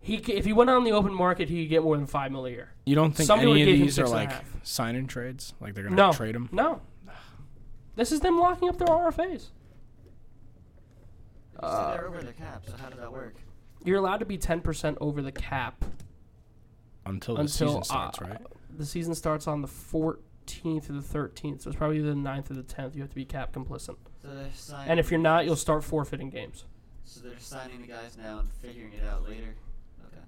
A: he. c- If he went on the open market, he could get more than five mil a year.
B: You don't think
A: Somebody would
B: any of
A: give him
B: these are
A: six and a
B: like
A: half.
B: sign in trades? Like they're gonna
A: No,
B: trade him?
A: No, this is them locking up their RFAs.
C: so
A: uh,
C: they're over their cap. So how did that work?
A: You're allowed to be 10% over the cap.
B: until the
A: Until,
B: season starts,
A: uh,
B: right?
A: The season starts on the 14th to the 13th, so it's probably the 9th or the 10th. You have to be cap complicit.
C: So they're signing.
A: And if you're not, you'll start forfeiting games,
C: so they're signing the guys now and figuring it out later. Okay,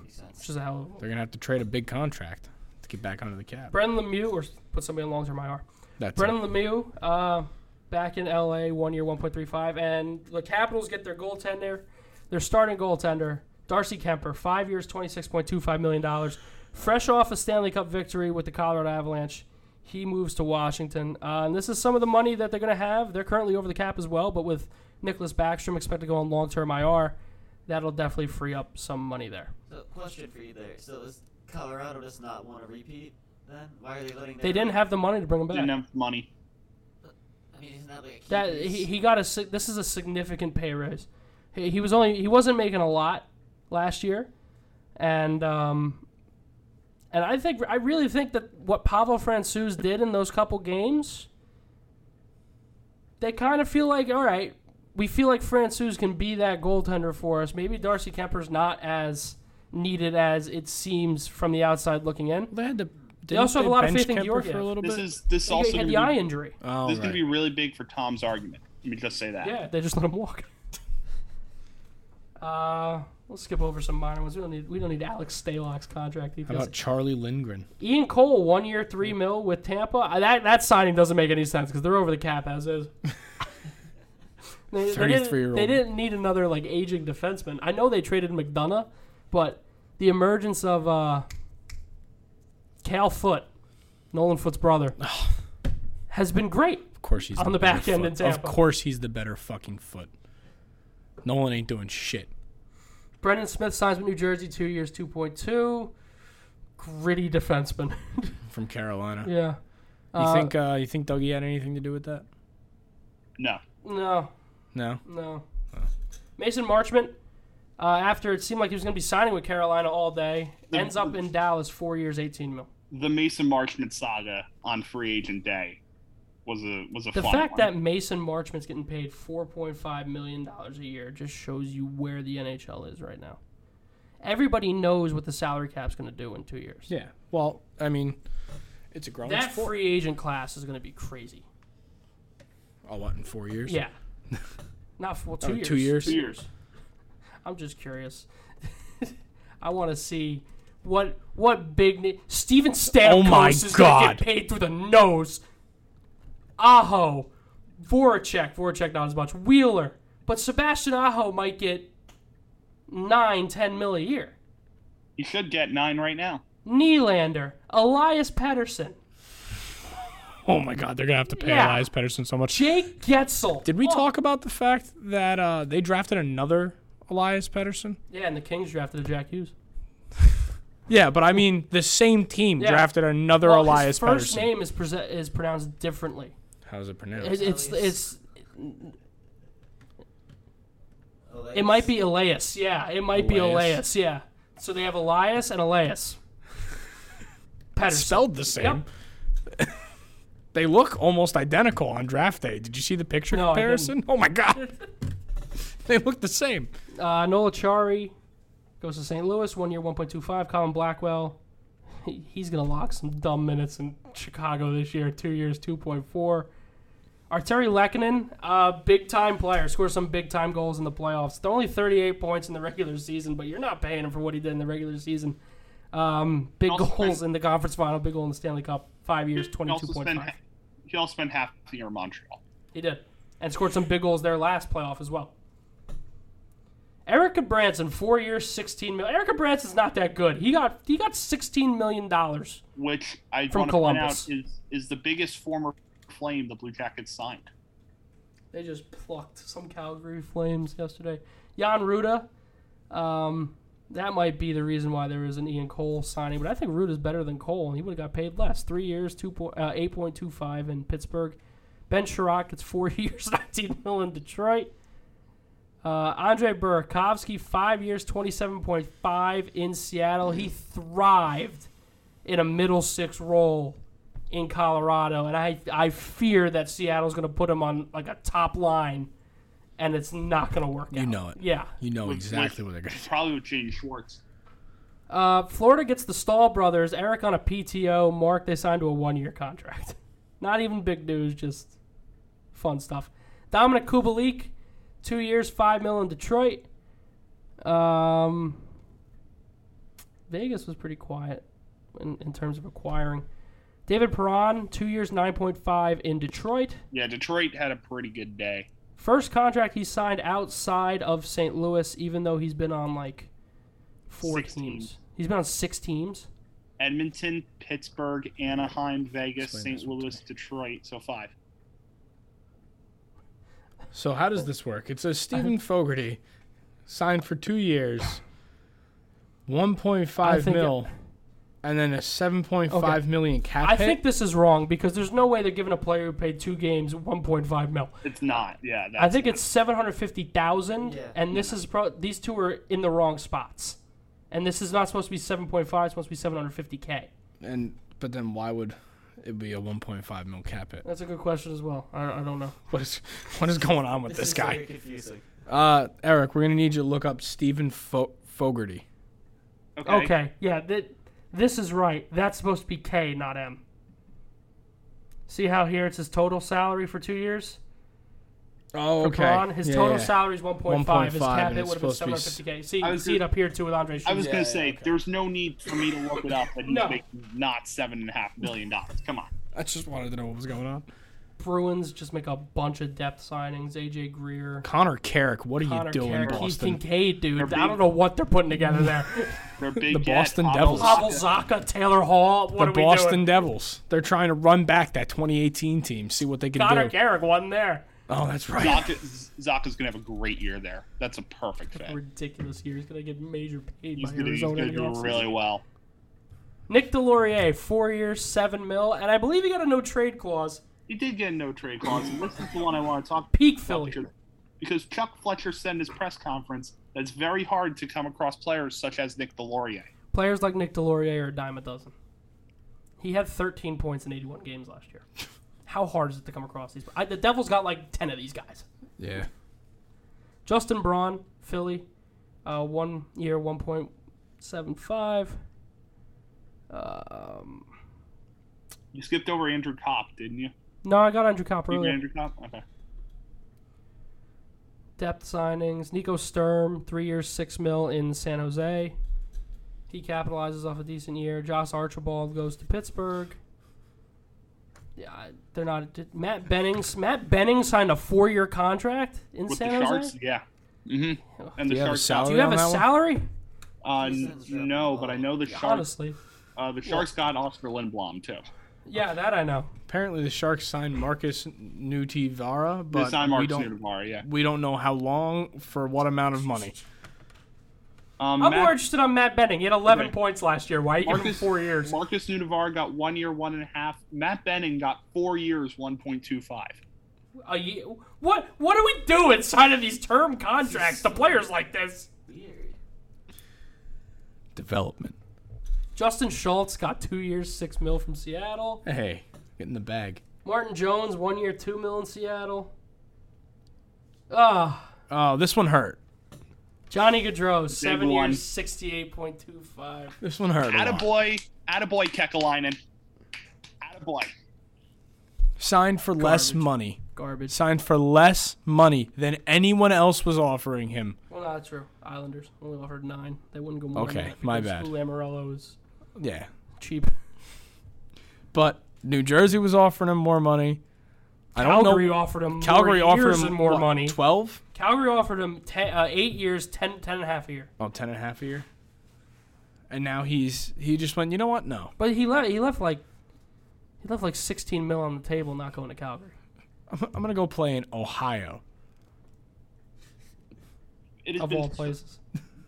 C: makes sense.
A: which is how
B: They're gonna have to trade a big contract to get back onto the cap.
A: Brendan Lemieux or s- put somebody on long term IR.
B: That's it.
A: Brendan Lemieux, uh, back in LA, one year, 1.35, and the Capitals get their goaltender, their starting goaltender, Darcy Kemper, five years, 26.25 million dollars, fresh off a Stanley Cup victory with the Colorado Avalanche. He moves to Washington, uh, and this is some of the money that they're going to have. They're currently over the cap as well, but with Nicholas Backstrom expected to go on long-term IR, that'll definitely free up some money there.
C: So question for you there. So is Colorado does not want to repeat? Then why are they letting?
A: They
C: their-
A: didn't have the money to bring him
D: Didn't
A: back.
D: have money.
C: I mean, isn't that like a key
A: That
C: piece?
A: he, he got a sig- this is a significant pay raise. He, he was only he wasn't making a lot last year, and um, and I think I really think that what Pavel Francouz did in those couple games, they kind of feel like all right, we feel like Francouz can be that goaltender for us. Maybe Darcy Kemper's not as needed as it seems from the outside looking in.
B: They had to. didn't
A: also have
B: they
A: a lot of
B: bench
A: faith in
B: Kemper for a
A: Georgiev.
B: little
D: This
B: bit.
D: is this
A: He
D: also
A: had
D: gonna
A: the eye
D: be,
A: injury.
B: oh,
D: this is gonna
B: right.
D: be really big for Tom's argument. Let me just say that.
A: Yeah, they just let him walk. Uh, we'll skip over some minor ones. We don't need we don't need Alex Stalock's contract
B: How
A: details.
B: about Charlie Lindgren?
A: Ian Cole, one year, three mil with Tampa. Uh, That that signing doesn't make any sense because they're over the cap as is. They- they, didn't-
B: 33-year-old.
A: They didn't need another like aging defenseman. I know they traded McDonough, but the emergence of uh, Cal Foot, Nolan Foot's brother, has been great.
B: Of course he's
A: On the
B: better
A: back end
B: foot.
A: in Tampa.
B: Of course he's the better fucking foot. Nolan ain't doing shit.
A: Brendan Smith signs with New Jersey, two years, two point two. Gritty defenseman.
B: from Carolina.
A: yeah. You
B: You think uh, you think Dougie had anything to do with that?
D: No.
A: No,
B: No.
A: no. Mason Marchment, uh, after it seemed like he was going to be signing with Carolina all day,
D: The-
A: ends up in Dallas, four years, eighteen mil.
D: The Mason Marchment saga on free agent day was a was a
A: The
D: fun
A: fact
D: one.
A: that Mason Marchment's getting paid four point five million dollars a year just shows you where the NHL is right now. Everybody knows what the salary cap's going to do in two years.
B: Yeah. Well, I mean, it's a growing
A: That
B: sport.
A: free agent class is going to be crazy.
B: oh, what in four years?
A: Yeah. Not for two
B: Oh,
A: years.
B: two years?
D: two years.
A: I'm just curious. I want to see what what big na- Steven Stamkos
B: Oh my
A: is gonna
B: God.
A: get paid through the nose. Aho, Voracek, Voracek not as much. Wheeler, but Sebastian Aho might get nine, ten mil a year.
D: He should get nine right now.
A: Nylander, Elias Patterson,
B: Oh my God, they're gonna have to pay
A: Yeah.
B: Elias Pettersson so much.
A: Jake Getzel.
B: Did we
A: Oh,
B: talk about the fact that uh, they drafted another Elias Pettersson?
A: Yeah, and the Kings drafted a Jack Hughes.
B: Yeah, but I mean, the same team
A: Yeah.
B: drafted another
A: Well,
B: Elias
A: his first
B: Pettersson.
A: name is prese- is pronounced differently.
B: How's it
A: It,
B: pronounced?
A: it's it's
C: Oh,
A: It might be Elias. Yeah, it might be
B: Elias.
A: Elias. Yeah. So they have Elias and Elias. Patterson.
B: Spelled the same.
A: Yep.
B: They look almost identical on draft day. Did you see the picture
A: No, I didn't.
B: comparison? Oh my god, they look the same.
A: Uh, Nola Chari goes to St. Louis, one year, 1.25. Colin Blackwell, he- he's going to lock some dumb minutes in Chicago this year, two years, 2.4. Arteri Lekkonen, uh, big time player, scores some big time goals in the playoffs. They're only 38 points in the regular season, but you're not paying him for what he did in the regular season. Um, big
D: Also
A: goals in the conference final, big goal in the Stanley Cup, five years,
D: He also spent
A: 22.5.
D: he also spent half the year in Montreal.
A: He did. And scored some big goals there last playoff as well. Erica Branson, four years, sixteen million. Erica Branson's not that good. He got he got sixteen million dollars.
D: Which I
A: From
D: want to point out
A: Columbus.
D: is is the biggest former flame the Blue Jackets signed.
A: They just plucked some Calgary Flames yesterday. Jan Ruda, um, that might be the reason why there is an Ian Cole signing. But I think Ruda's better than Cole, and he would have got paid less. Three years, two point uh, eight point two five in Pittsburgh. Ben Chirac gets four years, nineteen mil in Detroit. Uh, Andre Burakovsky, five years, 27.5 in Seattle. He thrived in a middle six role in Colorado, and I I fear that Seattle's going to put him on like a top line and it's not going to work
B: You
A: out.
B: know it.
A: Yeah.
B: You know
D: With-
B: exactly what they're going to do.
D: Probably with Jaden Schwartz.
A: Uh, Florida gets the Stahl brothers, Eric on a PTO, Mark they signed to a one year contract. Not even big news, just fun stuff. Dominic Kubalik, two years, five mil in Detroit. Um, Vegas was pretty quiet in, in terms of acquiring. David Perron, two years, 9.5 in Detroit.
D: Yeah, Detroit had a pretty good day.
A: First contract he signed outside of St. Louis, even though he's been on like four
D: Six
A: teams.
D: teams.
A: He's been on six teams.
D: Edmonton, Pittsburgh, Anaheim, Vegas,
B: Explain
D: St. Louis, Detroit. So five.
B: So how does this work? It says Stephen Fogarty signed for two years, one point
A: I
B: five
A: think
B: mil, and then a seven point five million cap
A: I
B: hit.
A: think this is wrong because there's no way they're giving a player who paid two games 1.5 mil.
D: It's not. Yeah, that's
A: I think it's 750,000,
C: Yeah.
A: and this is pro- these two are in the wrong spots, and this is not supposed to be 7.5. It's supposed to be 750k.
B: and but then why would it be a one point five mil cap hit?
A: That's a good question as well. I, I don't know.
B: What is what is going on with this,
C: is
B: guy?
C: very confusing.
B: Uh, Eric, we're gonna need you to look up Stephen Fo- Fogarty.
A: Okay, yeah, th- this is right. That's supposed to be k, not m. See how here it says total salary for two years.
B: Oh,
A: For
B: okay.
A: Perron, his
B: Yeah,
A: total
B: yeah.
A: salary is 1.5. His
B: 1.5,
A: cap
B: and
A: hit
B: it's
A: would have been
B: supposed to
A: 750k. See,
D: I
A: you
D: was
A: see it
D: gonna-
A: up here too with Andre.
D: I was
A: Schultz.
D: gonna
B: Yeah,
D: say
B: okay.
D: there's no need for me to look it up that he's
A: No.
D: making not seven and a half million dollars. Come on.
B: I just wanted to know what was going on.
A: Bruins just make a bunch of depth signings. AJ Greer,
B: Connor Carrick, what are
A: Connor
B: you doing,
A: Carrick, Keith
B: Boston?
A: Kincaid, dude.
D: They're
A: I
D: big-
A: don't know what they're putting together there.
D: They're big.
B: The
D: get,
B: Boston
D: Pavel
B: Devils.
A: Pavel
D: Zacha.
A: Zaka, Taylor Hall. What
B: the
A: are we
B: Boston
A: doing?
B: Devils. They're trying to run back that 2018 team, see what they can
A: Connor
B: do.
A: Garrick wasn't there.
B: oh, that's right.
D: Zaka, Zaka's gonna have a great year there. That's a perfect fit.
A: Ridiculous year. He's gonna get major paid
D: He's
A: by
D: gonna, he's
A: Arizona.
D: gonna
A: in the
D: do
A: offseason.
D: really well.
A: Nick Delorier, four years, seven mil, and I believe he got a no trade clause.
D: He did get a no trade clause. and this is the one I want to talk
A: Peak
D: about
A: Philly.
D: because- because Chuck Fletcher said in his press conference that's very hard to come across players such as Nick Delorier.
A: Players like Nick Delorier are a dime a dozen. He had 13 points in 81 games last year. How hard is it to come across these? I, the Devils got like 10 of these guys.
B: Yeah.
A: Justin Braun, Philly, uh, one year, 1.75. Um,
D: You skipped over Andrew Kopp, didn't you?
A: no, I got Andrew Kopp
D: You got
A: earlier.
D: Andrew Kopp? Okay.
A: Depth signings. Nico Sturm, three years, six mil in San Jose. He capitalizes off a decent year. Josh Archibald goes to Pittsburgh. Yeah, I- they're not. did- Matt Bennings. Matt Bennings signed a four-year contract in
D: With
A: San
D: the Sharks,
A: Jose.
D: yeah. hmm
B: Do
D: And the
B: you have a
D: Sharks.
A: Do
B: salary?
A: you have
B: Oh, on
A: a
B: that one?
A: salary?
D: Uh,
C: He's
D: n-
C: in
D: no,
C: Zambia.
D: but I know the Sharks.
A: Honestly,
D: Uh, the Sharks got Oscar Lindblom too.
A: yeah, that I know.
B: Apparently, the Sharks signed Marcus Nutivara,
D: This
B: but
D: time
B: we
D: Mark's
B: don't
D: tomorrow, yeah.
B: we don't know how long for what amount of money.
D: Um,
A: I'm
D: Matt-
A: more interested on Matt Benning. He had 11
D: Okay.
A: points last year. Why you give him
D: Marcus-
A: four years?
D: Marcus Nunavar got one year, one and a half. Matt Benning got four years, one point two five.
A: A year? What? What do we do inside of these term contracts to players like this?
C: Weird.
B: Development.
A: Justin Schultz got two years, six mil from Seattle.
B: Hey, get in the bag.
A: Martin Jones, one year, two mil in Seattle. Ah,
B: Oh, this one hurt.
A: Johnny Gaudreau, seven
D: one.
A: years, sixty-eight point two five.
B: This one hurt. A lot.
D: Attaboy, attaboy Kekalainen. Attaboy.
B: Signed for less money.
A: Garbage.
B: Signed for less money than anyone else was offering him.
A: Well, no, that's true. Islanders only offered nine. They wouldn't go more.
B: Okay,
A: than that
B: my
A: because
B: bad.
A: Lou Lamoriello is
B: Yeah.
A: cheap.
B: But New Jersey was offering him more money. I don't
A: Calgary
B: know.
A: offered him.
B: Calgary
A: more
B: offered
A: years
B: him
A: and more
B: what,
A: money.
B: 12?
A: Calgary offered him ten, uh, eight years, ten, ten and a half a year.
B: Oh, 10 and a half a year. And now he's he just went, "You know what? No.
A: But he left. He left like he left like sixteen mil on the table, not going to Calgary.
B: I'm, I'm going to go play in Ohio."
D: It has
A: Of
D: been
A: all places.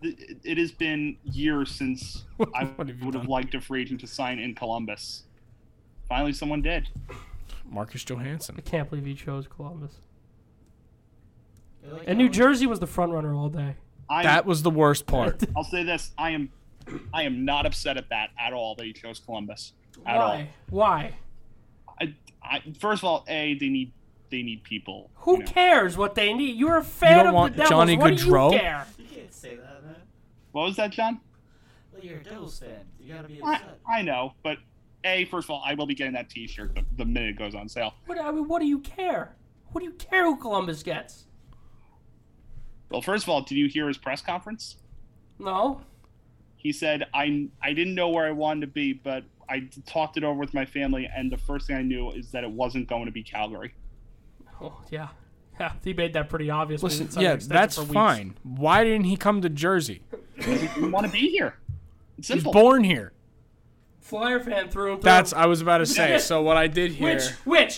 D: it it has been years since I
B: What have you
D: would have
B: done?
D: liked a free agent to sign in Columbus. Finally, someone did.
B: Marcus Johansson.
A: I can't believe he chose Columbus.
C: I like oh,
A: And
C: how
A: New
C: it's-
A: Jersey was the front runner all day.
D: I
B: That was the worst part.
D: I'll say this: I am, I am not upset at that at all. That he chose Columbus at
A: Why? Why?
D: all. I, I, first of all, a they need they need people.
A: Who
D: you know.
A: cares what they need? You're a fan of
B: want
A: the Devils.
B: Johnny
A: what
B: Gaudreau?
A: do you care?
C: You can't say that, man.
D: What was that, John?
C: Well, you're a Devils fan. You gotta be
D: I,
C: upset.
D: I know, but a first of all, I will be getting that T-shirt the, the minute it goes on sale.
A: What I mean, what do you care? What do you care who Columbus gets?
D: Well, first of all, did you hear his press conference?
A: No.
D: He said, "I I didn't know where I wanted to be, but I talked it over with my family, and the first thing I knew is that it wasn't going to be Calgary."
A: Oh yeah, yeah. He made that pretty obvious. when he
B: Listen,
A: signed an
B: yeah,
A: extension
B: that's
A: for weeks.
B: fine. Why didn't he come to Jersey?
D: You want to be here? It's
B: He's
D: simple.
B: born here.
A: Flyer fan through and through.
B: That's I was about to say. So what I did here,
A: which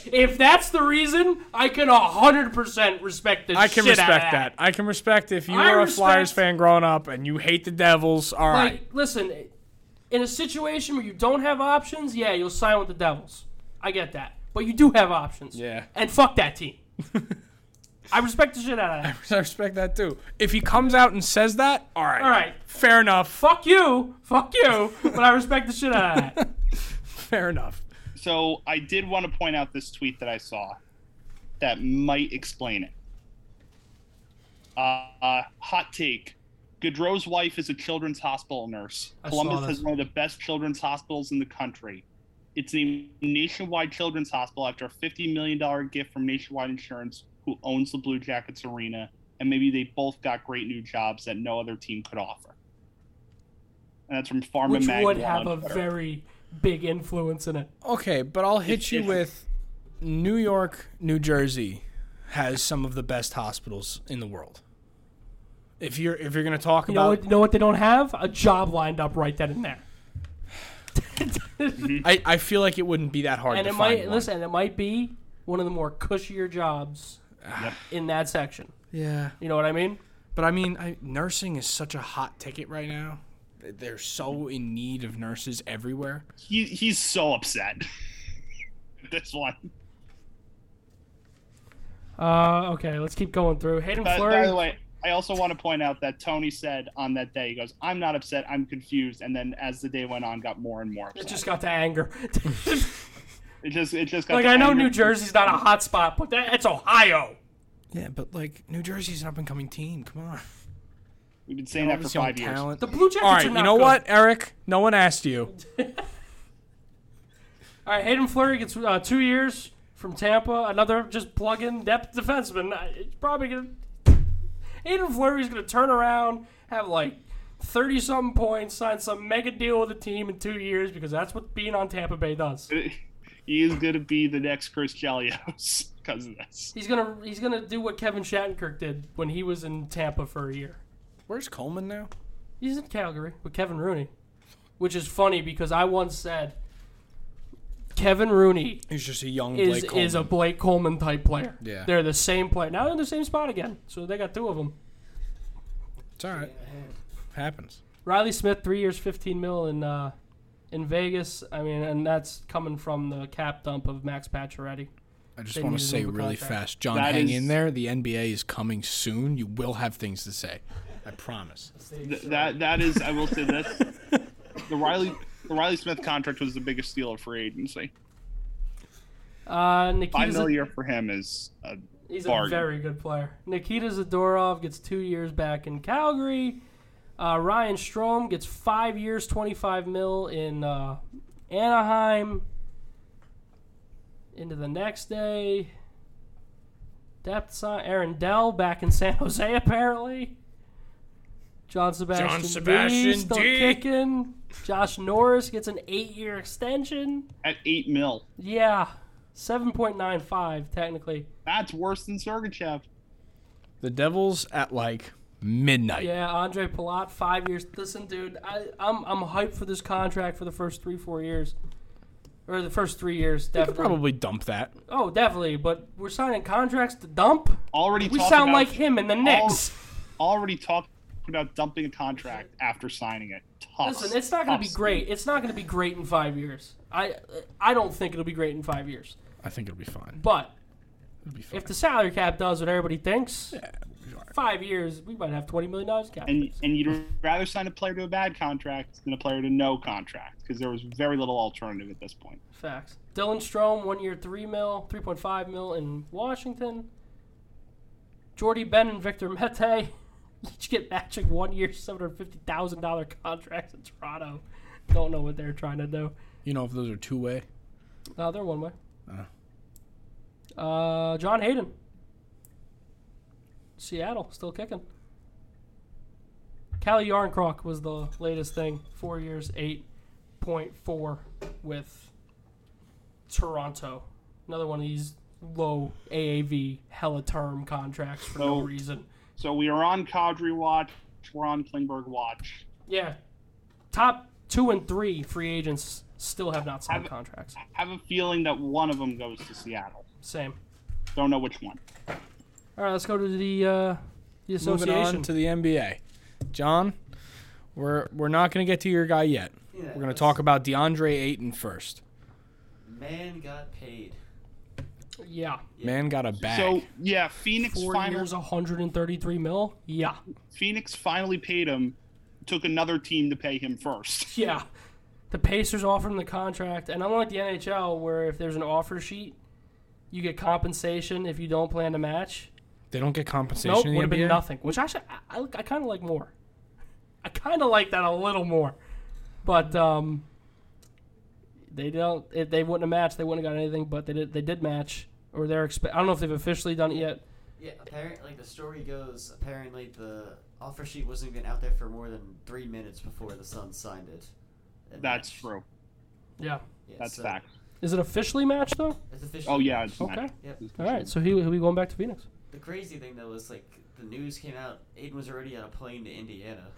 A: which if that's the reason, I can hundred percent respect the
B: I can
A: shit out of
B: respect that. I can respect if you
A: I
B: were a
A: respect-
B: Flyers fan growing up and you hate the Devils. All right,
A: Like, listen, in a situation where you don't have options, yeah, you'll sign with the Devils. I get that, but you do have options.
B: Yeah.
A: and fuck that team. I respect the shit out of that.
B: I respect that too. If he comes out and says that, all right,
A: All right,
B: fair enough,
A: fuck you, fuck you, but I respect the shit out of that.
B: fair enough.
D: So I did want to point out this tweet that I saw that might explain it. Uh, uh, hot take. Gaudreau's wife is a children's hospital nurse.
A: I saw
D: Columbus
A: this.
D: has one of the best children's hospitals in the country. It's a nationwide children's hospital after a $50 million gift from Nationwide Insurance, who owns the Blue Jackets Arena, and maybe they both got great new jobs that no other team could offer. And that's from Pharma
A: Which
D: Mag
A: would
D: Law
A: have
D: on
A: a
D: Twitter.
A: very big influence in it.
B: Okay, but I'll hit you with New York, New Jersey has some of the best hospitals in the world. If you're if you're gonna talk
A: You know,
B: about
A: what, you know what they don't have? A job lined up right then and there.
B: I, I feel like it wouldn't be that hard
A: And
B: to
A: it
B: find
A: might
B: one.
A: listen. It might be one of the more cushier jobs in that section.
B: Yeah,
A: You know what I mean?
B: but I mean, I, nursing is such a hot ticket right now. They're so in need of nurses everywhere.
D: he, he's so upset. this one.
A: Uh, okay, let's keep going through. Hayden
D: By,
A: Fleury.
D: by the way, I also want to point out that Tony said on that day, he goes, "I'm not upset. I'm confused." And then as the day went on, got more and more
A: it
D: upset.
A: just got to anger.
D: It just, it just got
A: like
D: to
A: I know
D: anger.
A: New Jersey's not a hot spot, but that, it's Ohio.
B: Yeah, but like New Jersey's an up and coming team. Come on,
D: We've been saying that for
B: This young
D: five years.
B: talent.
A: The Blue Jackets
B: All right,
A: are
B: you
A: not
B: know
A: good.
B: what, Eric? No one asked you.
A: All right, Hayden Fleury gets uh, two years from Tampa. Another just plug-in depth defenseman. I- It's probably gonna. Hayden Fleury's gonna turn around, have like thirty something points, sign some mega deal with the team in two years because that's what being on Tampa Bay does.
D: He is going to be the next Chris Chelios because of this.
A: He's gonna he's gonna do what Kevin Shattenkirk did when he was in Tampa for a year.
B: Where's Coleman now?
A: He's in Calgary with Kevin Rooney, which is funny because I once said Kevin Rooney
B: He's just a young
A: is
B: Blake
A: is a
B: Coleman.
A: Blake Coleman type player.
B: Yeah.
A: they're the same player. Now they're in the same spot again. So they got two of them.
B: It's all right. Happens.
A: Riley Smith, three years, fifteen mil in uh, in Vegas. I mean, and that's coming from the cap dump of Max Pacioretty.
B: I just
A: They
B: want
A: needed
B: to say
A: him for
B: really
A: contract.
B: fast, John,
D: That
B: hang
D: is-
B: in there. The NBA is coming soon. You will have things to say. I promise.
D: Th- that that is, I will say this: the Riley the Riley Smith contract was the biggest steal of free agency.
A: Uh,
D: Five
A: Nikita's
D: mil
A: a,
D: a year for him is uh, a
A: he's a
D: bargain.
A: very good player. Nikita Zadorov gets two years back in Calgary. Uh, Ryan Strom gets five years, twenty-five mil in uh, Anaheim. Into the next day. Depth sign Aaron Dell back in San Jose apparently. John Sebastian,
B: John
A: Dee
B: Sebastian
A: still
B: Dee.
A: kicking. Josh Norris gets an eight-year extension.
D: at eight mil.
A: Yeah, seven point nine five technically.
D: That's worse than Sergachev.
B: The Devils at like midnight.
A: Yeah, Andre Palat, five years. Listen, dude, I, I'm I'm hyped for this contract for the first three four years, or the first three years
B: I could
A: definitely.
B: probably dump that.
A: Oh, definitely. But we're signing contracts to dump.
D: Already
A: We
D: talked
A: sound
D: about-
A: like him and the Knicks.
D: already talked about dumping a contract after signing it. Tough.
A: Listen, it's not going
D: Tough
A: to be
D: scene.
A: great. It's not going to be great in five years. I I don't think it'll be great in five years.
B: I think it'll be fine.
A: But
B: It'll be fine.
A: if the salary cap does what everybody thinks, five years, we might have twenty million dollars cap.
D: And
A: space.
D: and you'd rather sign a player to a bad contract than a player to no contract because there was very little alternative at this point.
A: Facts. Dylan Strom, one year three mil, three point five mil in Washington. Jordy Ben and Victor Mete each get matching one year seven hundred fifty thousand dollar contracts in Toronto. Don't know what they're trying to do.
B: You know if those are two way.
A: No, they're one way. Uh, John Hayden. Seattle, still kicking. Callie Yarncroc was the latest thing. Four years, 8.4 with Toronto. Another one of these low AAV, hella term contracts for no
D: So-
A: reason.
D: So we are on Kadri watch. We're on Klingberg watch.
A: Yeah. Top two and three free agents still have not signed
D: Have-
A: contracts.
D: I have a feeling that one of them goes to Seattle.
A: Same.
D: Don't know which one.
A: All right, let's go to the, uh, the
B: Moving
A: association.
B: on to the NBA. John, we're we're not gonna get to your guy yet.
C: Yeah,
B: We're gonna
C: let's-
B: talk about DeAndre Ayton first.
C: Man got paid.
A: yeah.
B: Man got a bag.
D: So yeah, Phoenix
A: four
D: finally
A: years, 133 mil. Yeah,
D: Phoenix finally paid him. Took another team to pay him first.
A: yeah. The Pacers offered him the contract, and unlike the NHL, where if there's an offer sheet, you get compensation if you don't plan to match.
B: they don't get compensation
A: Nope,
B: in
A: would
B: the
A: have been
B: NBA.
A: nothing. Which actually, I, I, I kind of like more. I kind of like that a little more, but um, they don't. If they wouldn't have matched, they wouldn't have got anything. But they did. They did match, or they're. Expe- I don't know if they've officially done it yet.
C: Yeah, apparently the story goes. Apparently the offer sheet wasn't even out there for more than three minutes before the Sun signed it. And
D: That's
C: matched.
D: true.
A: Yeah.
C: Yeah,
D: That's
C: so
D: fact.
A: Is it officially matched though?
C: It's official.
D: Oh yeah. It's
A: Okay.
D: not-
C: Yep.
A: All right. So he he'll be going back to Phoenix.
C: The crazy thing though is like the news came out. Aiden was already on a plane to Indiana.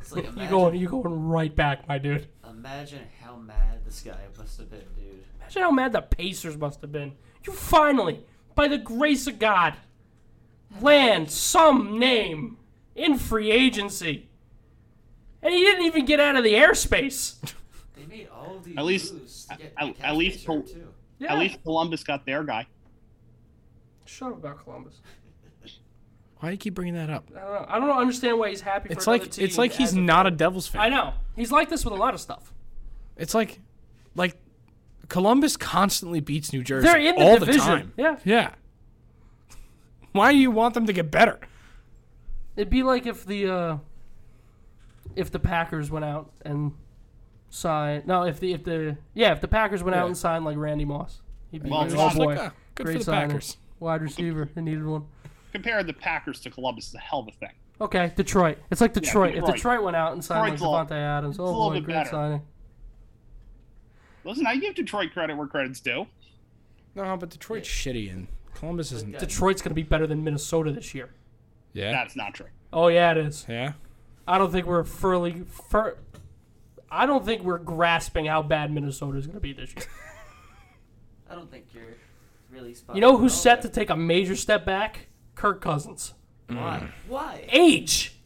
C: It's like
A: You
C: imagine,
A: going? You going right back, my dude?
C: imagine how mad this guy must have been, dude.
A: Imagine how mad the Pacers must have been. You finally, by the grace of God, land some name in free agency, and he didn't even get out of the airspace.
C: They made all of these
D: At least-
C: moves to get
D: at-
C: the
D: at
C: cap
D: least
C: space up,
D: for-
C: too.
A: Yeah.
D: At least Columbus got their guy.
A: Shut up about Columbus.
B: Why do you keep bringing that up?
A: I don't know. I don't understand why he's happy. For
B: It's
A: another
B: like
A: team
B: it's like he's
A: as a-
B: not a Devils
A: I
B: fan.
A: know. He's like this with a lot of stuff.
B: It's like like Columbus constantly beats New Jersey
A: They're in the
B: all
A: division.
B: the time.
A: Yeah.
B: Yeah. Why do you want them to get better?
A: It'd be like if the uh, if the Packers went out and signed. No, if the if the yeah, if the Packers went
B: Yeah.
A: out and signed like Randy Moss, he'd be
D: Well,
A: like,
D: it's
A: oh
D: just
A: boy,
B: like, ah, good for
A: great
B: the
A: signing.
B: Packers.
A: wide receiver. They needed one.
D: Compare the Packers to Columbus is a hell of a thing.
A: Okay, Detroit. It's like Detroit. If
D: Detroit.
A: Detroit went out and signed
D: Detroit's a
A: like
D: lot-
A: Devontae Adams,
D: a
A: oh
D: little
A: boy,
D: bit
A: great
D: better.
A: signing.
D: Listen, I give Detroit credit where credit's due.
B: No, but Detroit's shitty and Columbus isn't.
C: guy.
A: Detroit's gonna be better than Minnesota this year.
B: Yeah.
D: That's not true.
A: Oh yeah, it is.
B: yeah.
A: I don't think we're furly fur. I don't think we're grasping how bad Minnesota's gonna be this year.
C: I don't think you're really. spot
A: You know
C: on
A: who's
C: at all
A: set to
C: there.
A: take a major step back? Kirk Cousins.
D: Mm.
C: Why? Why?
A: Age.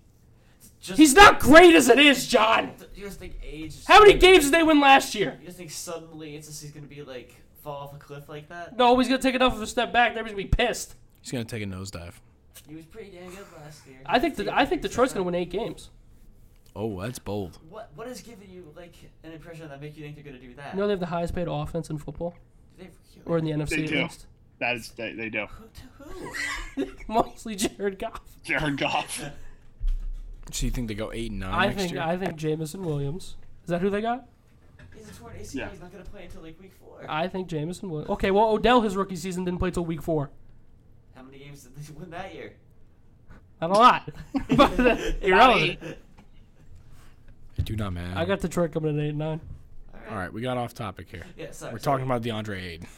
C: Just,
A: He's not great as it is, John.
C: You just think age. is
A: How many
C: gonna-
A: games did they win last year?
C: You just think suddenly it's just he's gonna be like fall off a cliff like that?
A: No, he's gonna take enough of a step back. Everybody's gonna be pissed.
B: He's gonna take a nosedive.
C: He was pretty damn good last year.
A: I think that I think Detroit's gonna win eight games.
B: Oh, that's bold.
C: What What has given you like an impression that make you think they're gonna do that?
A: You know they have the highest paid offense in football,
C: Do they
A: or in
C: really-
A: the NFC at
D: do.
A: least.
D: That is they, they do.
C: who, to who?
A: Mostly Jared Goff.
D: Jared Goff.
B: So you think they go eight and nine
A: I
B: next
A: think
B: year?
A: I think Jamison Williams. Is that who they got?
C: He's a torn ACL.
D: Yeah.
C: He's not gonna play until like week four.
A: I think Jamison Williams. Okay, well Odell his rookie season didn't play till week four.
C: How many games did they win that year?
A: Not a lot, but uh, irrelevant.
B: I do not, man.
A: I got Detroit coming in at eight and nine.
C: All right.
B: All right, we got off topic here.
C: Yeah, sorry.
B: We're talking about DeAndre Ayton.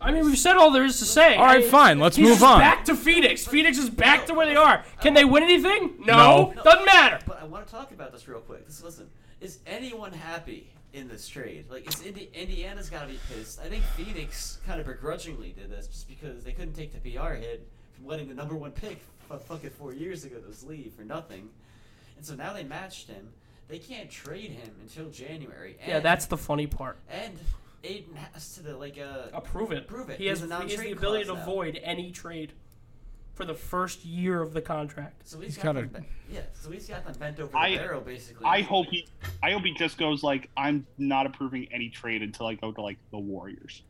A: I mean, we've said all there is to say.
B: All right,
A: I-
B: fine. Let's
A: He's
B: move
A: just
B: on.
A: back to Phoenix. Phoenix is back to where they are. Can they win anything? No.
B: No.
A: Doesn't matter.
C: But I want to talk about this real quick. Just listen. Is anyone happy in this trade? Like, is Indi- Indiana's got to be pissed. I think Phoenix kind of begrudgingly did this just because they couldn't take the PR hit from letting the number one pick f- fucking four years ago just leave for nothing. And so now they matched him. They can't trade him until January. And,
A: Yeah, that's the funny part.
C: And Aiden has to, like, uh,
A: Approve it.
C: Approve it.
A: He has,
C: He's a
A: he has the
C: non-trade
A: ability to
C: clause now.
A: void any trade. for the first year of the contract.
C: So
B: He's
C: he's got
B: gotta-
C: them, ben- yeah. So he's got them bent over
D: I-
C: the barrel, basically.
D: I hope he, I hope he just goes like, I'm not approving any trade until I go to like the Warriors.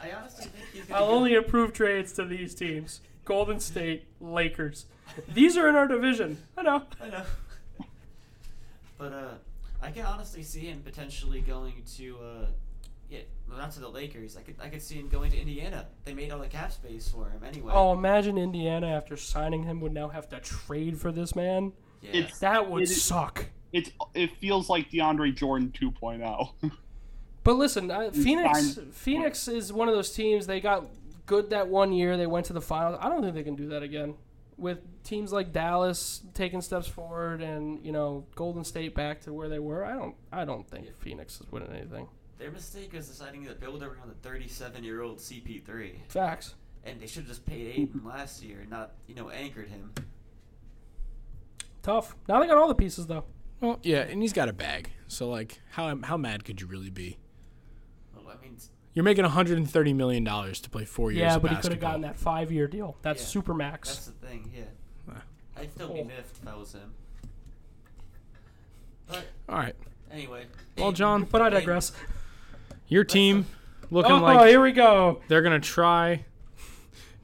C: I honestly think he's gonna.
A: I'll
C: get-
A: only approve trades to these teams: Golden State, Lakers. These are in our division. I know.
C: I know. but uh, I can honestly see him potentially going to uh, yeah, well, not to the Lakers. I could I could see him going to Indiana. They made all the cap space for him anyway.
A: Oh, imagine Indiana after signing him would now have to trade for this man.
C: yeah.
D: It's
A: That would
D: It is-
A: suck.
D: it's it feels like DeAndre Jordan 2.0.
A: But listen, uh, Phoenix.
D: signed-
A: Phoenix is one of those teams. They got good that one year. They went to the finals. I don't think they can do that again. With teams like Dallas taking steps forward, and you know Golden State back to where they were, I don't. I don't think Phoenix is winning anything.
C: Their mistake was deciding to build around the 37 year old CP3,
A: Facts.
C: and they should have just paid Aiden last year, and not you know anchored him.
A: Tough. Now they got all the pieces though.
B: Well, yeah, and he's got a bag. So like, how how mad could you really be?
C: Well, I mean, it's-
B: You're making 130 million dollars to play four years.
A: Yeah,
B: of
A: but he could have
B: basketball.
A: gotten that five-year deal. That's
C: Yeah.
A: super max.
C: that's the thing. Yeah,
B: Wow.
C: I'd still be
A: Oh.
C: miffed if I was him. But
B: All right.
C: anyway,
B: Well,
C: Aiden-
B: John,
A: but I digress.
B: your team looking
A: Oh,
B: like
A: here we go.
B: they're gonna try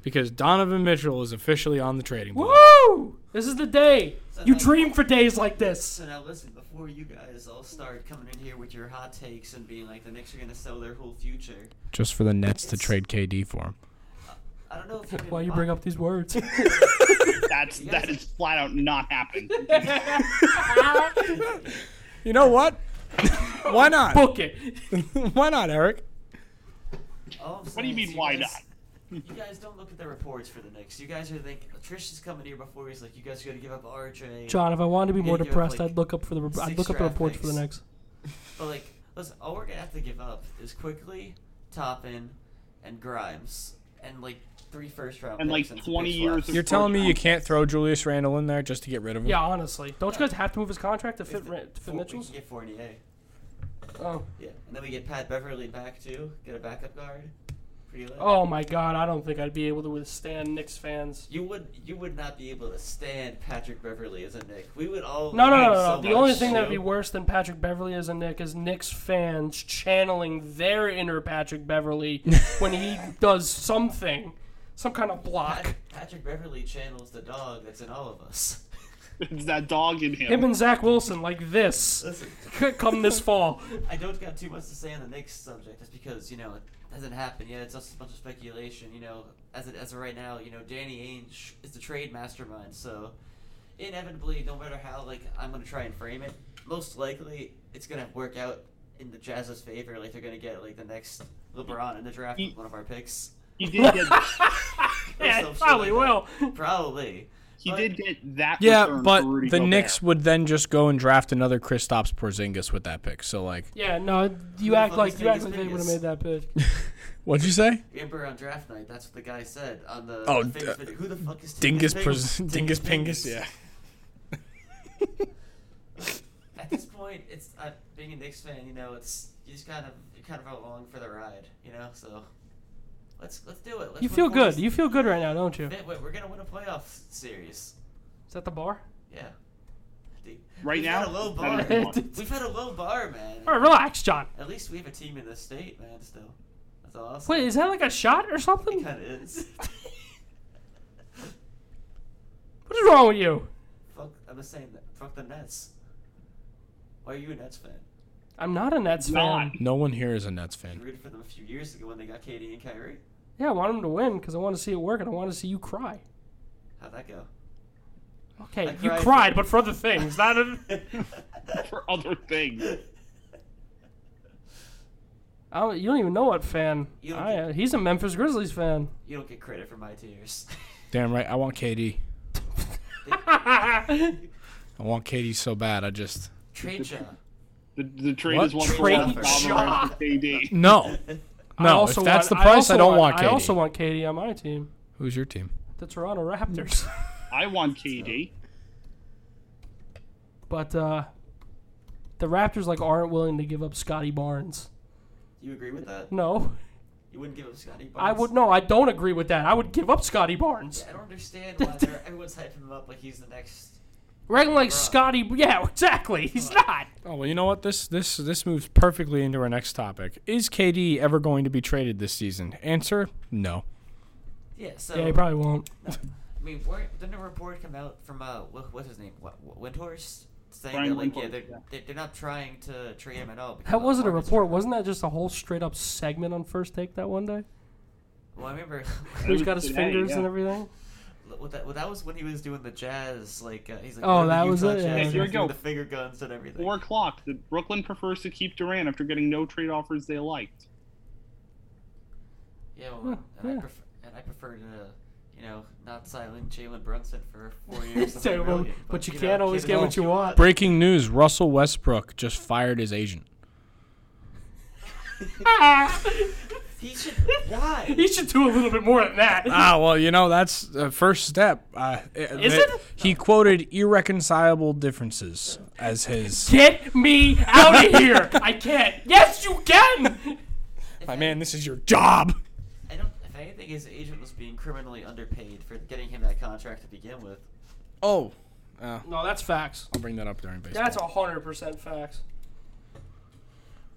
B: because Donovan Mitchell is officially on the trading block.
A: Woo! This is the day.
C: So
A: You
C: now-
A: dream for days like this.
C: So now listen, before you guys all start coming in here with your hot takes and being like the Knicks are gonna sell their whole future,
B: Just for the Nets to
C: It's-
B: trade KD for him.
C: I don't know if you
A: Why you bring up these words?
D: That's that is flat out not happening.
B: You know what? Why not?
A: Book it.
B: Why not, Eric?
D: What do you mean, why
C: not? You guys don't look at the reports for the Knicks. You guys are thinking Trish is coming here before he's like, you guys are gonna give up RJ.
A: John, if I wanted to be
C: You're
A: more
C: gonna give up,
A: depressed,
C: like,
A: I'd look up for the I'd
C: six
A: look up the
C: draft
A: reports for the
C: picks.
A: next.
C: But like, listen, all we're gonna have to give up is quickly Toppin and Grimes and like three first round
D: And,
C: picks
D: like,
C: two
D: 20
C: picks
D: years
C: left.
D: of-
B: You're telling me you can't throw Julius Randle in there just to get rid of him?
A: Yeah, honestly, don't you guys have to move his contract to
C: If
A: fit
C: the-
A: Ra- to fit
C: we
A: Mitchell's?
C: can get Fournier.
A: Oh,
C: Yeah, and then we get Pat Beverly back too. Get a backup guard. Pretty lit.
A: oh my God, I don't think I'd be able to withstand Knicks fans.
C: You would you would not be able to stand Patrick Beverly as a Nick. We would all
A: No, no,
C: hate
A: no,
C: him
A: no.
C: so
A: no. The
C: much,
A: only thing that would be
C: too.
A: worse than Patrick Beverly as a Nick is Knicks fans channeling their inner Patrick Beverly when he does something, some kind of block.
C: Pat- Patrick Beverly channels the dog that's in all of us.
D: it's that dog in him.
A: Him and Zach Wilson like this
C: Listen,
A: come this fall.
C: I don't got too much to say on the Knicks subject. That's because you know it hasn't happened yet. It's just a bunch of speculation. You know, as it, as of right now, you know Danny Ainge is the trade mastermind. So inevitably, no matter how like I'm gonna try and frame it, most likely it's gonna work out in the Jazz's favor. Like they're gonna get like the next LeBron in the draft with one of our picks.
D: He did get
C: or
A: Yeah, it
C: some shit
A: probably
C: like that.
A: will.
C: Probably.
D: he
C: But-
D: did get that.
B: Yeah,
D: return
B: but
D: for Rudy
B: the
D: Gobert.
B: Knicks would then just go and draft another Kristaps Porzingis with that pick. So like,
A: Yeah, no, you
C: the
A: act
C: fuck
A: like
C: is
A: you act
C: Vegas
A: like they would have
C: Vegas?
A: made that pick.
B: what'd you say?
C: Remember on draft night, that's what the guy said on the.
B: Oh,
C: the famous
B: d-
C: video. who the fuck is
B: Dingus,
C: Ping-
B: Porz- Dingus Pingus. Yeah.
C: At this point, it's uh, being a Knicks fan. You know, it's you just kind of you're kind of along for the ride. You know, so let's let's do it. Let's
A: You
C: win
A: feel
C: four
A: good.
C: s-
A: You feel good right now, don't you?
C: Wait, wait, we're gonna win a playoff series.
A: Is that the bar?
C: Yeah. Dude,
D: Right
C: we've
D: now,
C: had a low
D: that
C: bar.
D: is the one.
C: we've had a low bar, man.
A: All right, relax, John.
C: At least we have a team in the state, man. Still, that's awesome.
A: Wait, is that like a shot or something?
C: kind of is.
A: What is wrong with you?
C: fuck, I'm just saying that. Fuck the Nets. Why are you a Nets fan?
A: I'm not a Nets
D: Not.
A: fan.
B: No one here is a Nets
C: You
B: fan.
C: rooted for them a few years ago when they got Katie and Kyrie.
A: Yeah, I want him to win because I want to see it work and I want to see you cry.
C: How'd that go?
A: Okay,
C: I
A: you
C: cried.
A: cried, but for other things. Not a,
D: for other things.
A: I don't, you don't even know what fan.
C: You don't
A: I, uh, he's a Memphis Grizzlies fan.
C: you don't get credit for my tears.
B: Damn right. I want KD.
A: Trade
B: I want KD so bad. I just
C: Trade Ja.
D: The, the trade
B: What?
D: is one
A: Trade
D: for one.
A: shot.
D: Donovan KD.
B: no, no. If that's the price, I, don't want,
A: I
B: KD.
A: also want KD on my team.
B: Who's your team?
A: The Toronto Raptors.
D: I want KD.
A: but uh, the Raptors like aren't willing to give up Scotty Barnes.
C: You agree with that?
A: No.
C: You wouldn't give up Scotty Barnes.
A: I would no, I don't agree with that. I would give up Scotty Barnes.
C: Yeah, I don't understand why they're- everyone's hyping him up like he's the next.
A: We're acting like Scotty. Yeah, exactly. He's not.
B: Oh well, you know what? This this this moves perfectly into our next topic. Is KD ever going to be traded this season? Answer: No.
C: Yeah, so
A: Yeah, he probably won't.
C: I mean, where, didn't a report come out from uh, what, what's his name, what, what, Windhorst, saying
D: Brian
C: that like yeah,
D: Windhorst,
C: they're,
D: yeah.
C: they're they're not trying to trade him at all. because
A: That
C: the
A: wasn't a
C: market's-
A: report. Wasn't that just a whole straight up segment on First Take that one day?
C: Well, I remember.
D: It
A: Who's
D: was
A: got his
D: today,
A: fingers
D: yeah.
A: and everything?
C: well, that, well, that was when he was doing the jazz. Like uh, he's like,
A: Oh,
C: learning
A: that was
C: Utah
A: it, yeah.
C: Jazz,
A: Yeah,
C: and
D: here
C: he's
D: we
C: doing
D: go.
C: The finger guns and everything.
D: Four o'clock. The Brooklyn prefers to keep Durant after getting no trade offers they liked.
C: Yeah, well,
A: Huh,
C: and, I
A: yeah.
C: prefer, and I prefer to, you know, not silent Jalen Brunson for four years.
A: So,
C: $100
A: well,
C: million,
A: but you can't
C: know,
A: always
C: kid
A: get
C: is
A: what you want.
B: Breaking news: Russell Westbrook just fired his agent.
C: He should. Why?
A: He should do a little bit more than that.
B: Ah, well, you know that's the first step. Uh, Is
A: it?
B: He quoted irreconcilable differences as his.
A: Get me out of here! I can't. Yes, you can.
B: My man, this is your job.
C: I don't. If anything, his agent was being criminally underpaid for getting him that contract to begin with.
B: Oh,
A: No, that's facts.
B: I'll bring that up during baseball.
A: That's hundred percent facts.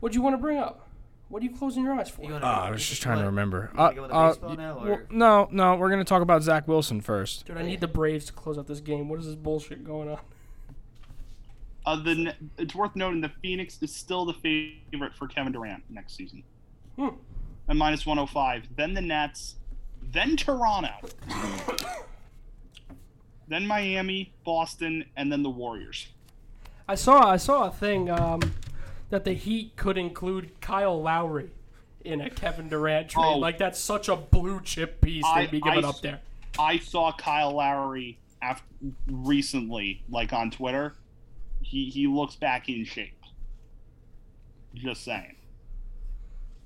A: What do you want to bring up? What are you closing your eyes for?
C: You wanna
B: Ah,
C: go-
B: I
C: you
B: was just
C: think-
B: trying to
C: what?
B: remember.
C: You
B: Uh,
C: wanna go with
B: uh,
C: baseball
B: y-
C: now,
B: well,
C: or-
B: no, no, we're gonna talk about Zach Wilson first.
A: Dude, I need the Braves to close out this game. What is this bullshit going on?
D: Uh, the, ne- it's worth noting that Phoenix is still the favorite for Kevin Durant next season.
A: Hmm.
D: At minus 105. Then the Nets. Then Toronto. then Miami, Boston, and then the Warriors.
A: I saw I saw a thing um, that the Heat could include Kyle Lowry in a Kevin Durant trade.
D: Oh.
A: Like that's such a blue chip piece
D: I-
A: they'd be giving
D: I-
A: up there.
D: I saw Kyle Lowry after, recently, like on Twitter. He, he looks back in shape. Just saying.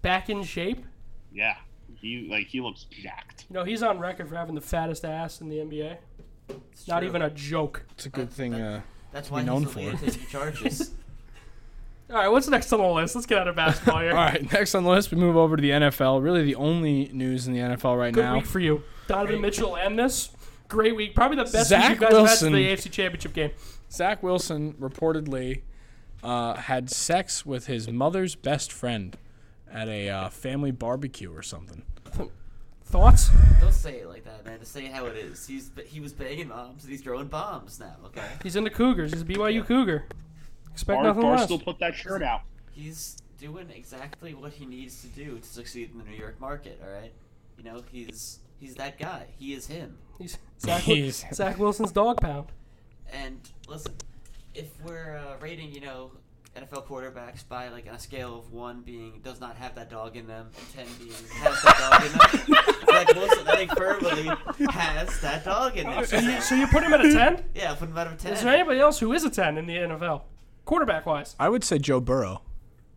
A: Back in shape.
D: Yeah. He like he looks jacked.
A: You know he's on record for having the fattest ass in the NBA.
C: It's
A: Not
C: true.
A: even a joke.
B: It's a good thing. Uh,
C: That's why
B: known
C: he's the leader
B: for.
C: taking charges.
A: All right, what's next on the list? Let's get out of basketball here.
B: all right, next on the list, we move over to the NFL. Really, the only news in the NFL right
A: Good
B: now.
A: week for you, Donovan Mitchell, and this great week. Probably the best
B: Zach
A: week you guys
B: Wilson.
A: have had since the AFC Championship game.
B: Zach Wilson reportedly uh, had sex with his mother's best friend at a uh, family barbecue or something.
A: Thoughts?
C: Don't say it like that, man. Just say how it is. He's he was banging moms and he's throwing bombs now. Okay.
A: He's in the Cougars. He's a BYU Cougar. Expect
D: Bar,
A: nothing less.
D: Barstool put that shirt out.
C: He's doing exactly what he needs to do to succeed in the New York market. All right. You know he's he's that guy. He is him.
A: He's Zach,
B: Jeez.
A: Zach Wilson's dog pound.
C: And listen, if we're uh, rating, you know, NFL quarterbacks by like on a scale of one being does not have that dog in them and ten being has that dog in them, like Wilson, I think firmly has that dog in them.
A: So you, so you put him at a ten?
C: Yeah, put him out of ten.
A: Is there anybody else who is a ten in the NFL, quarterback wise?
B: I would say Joe Burrow.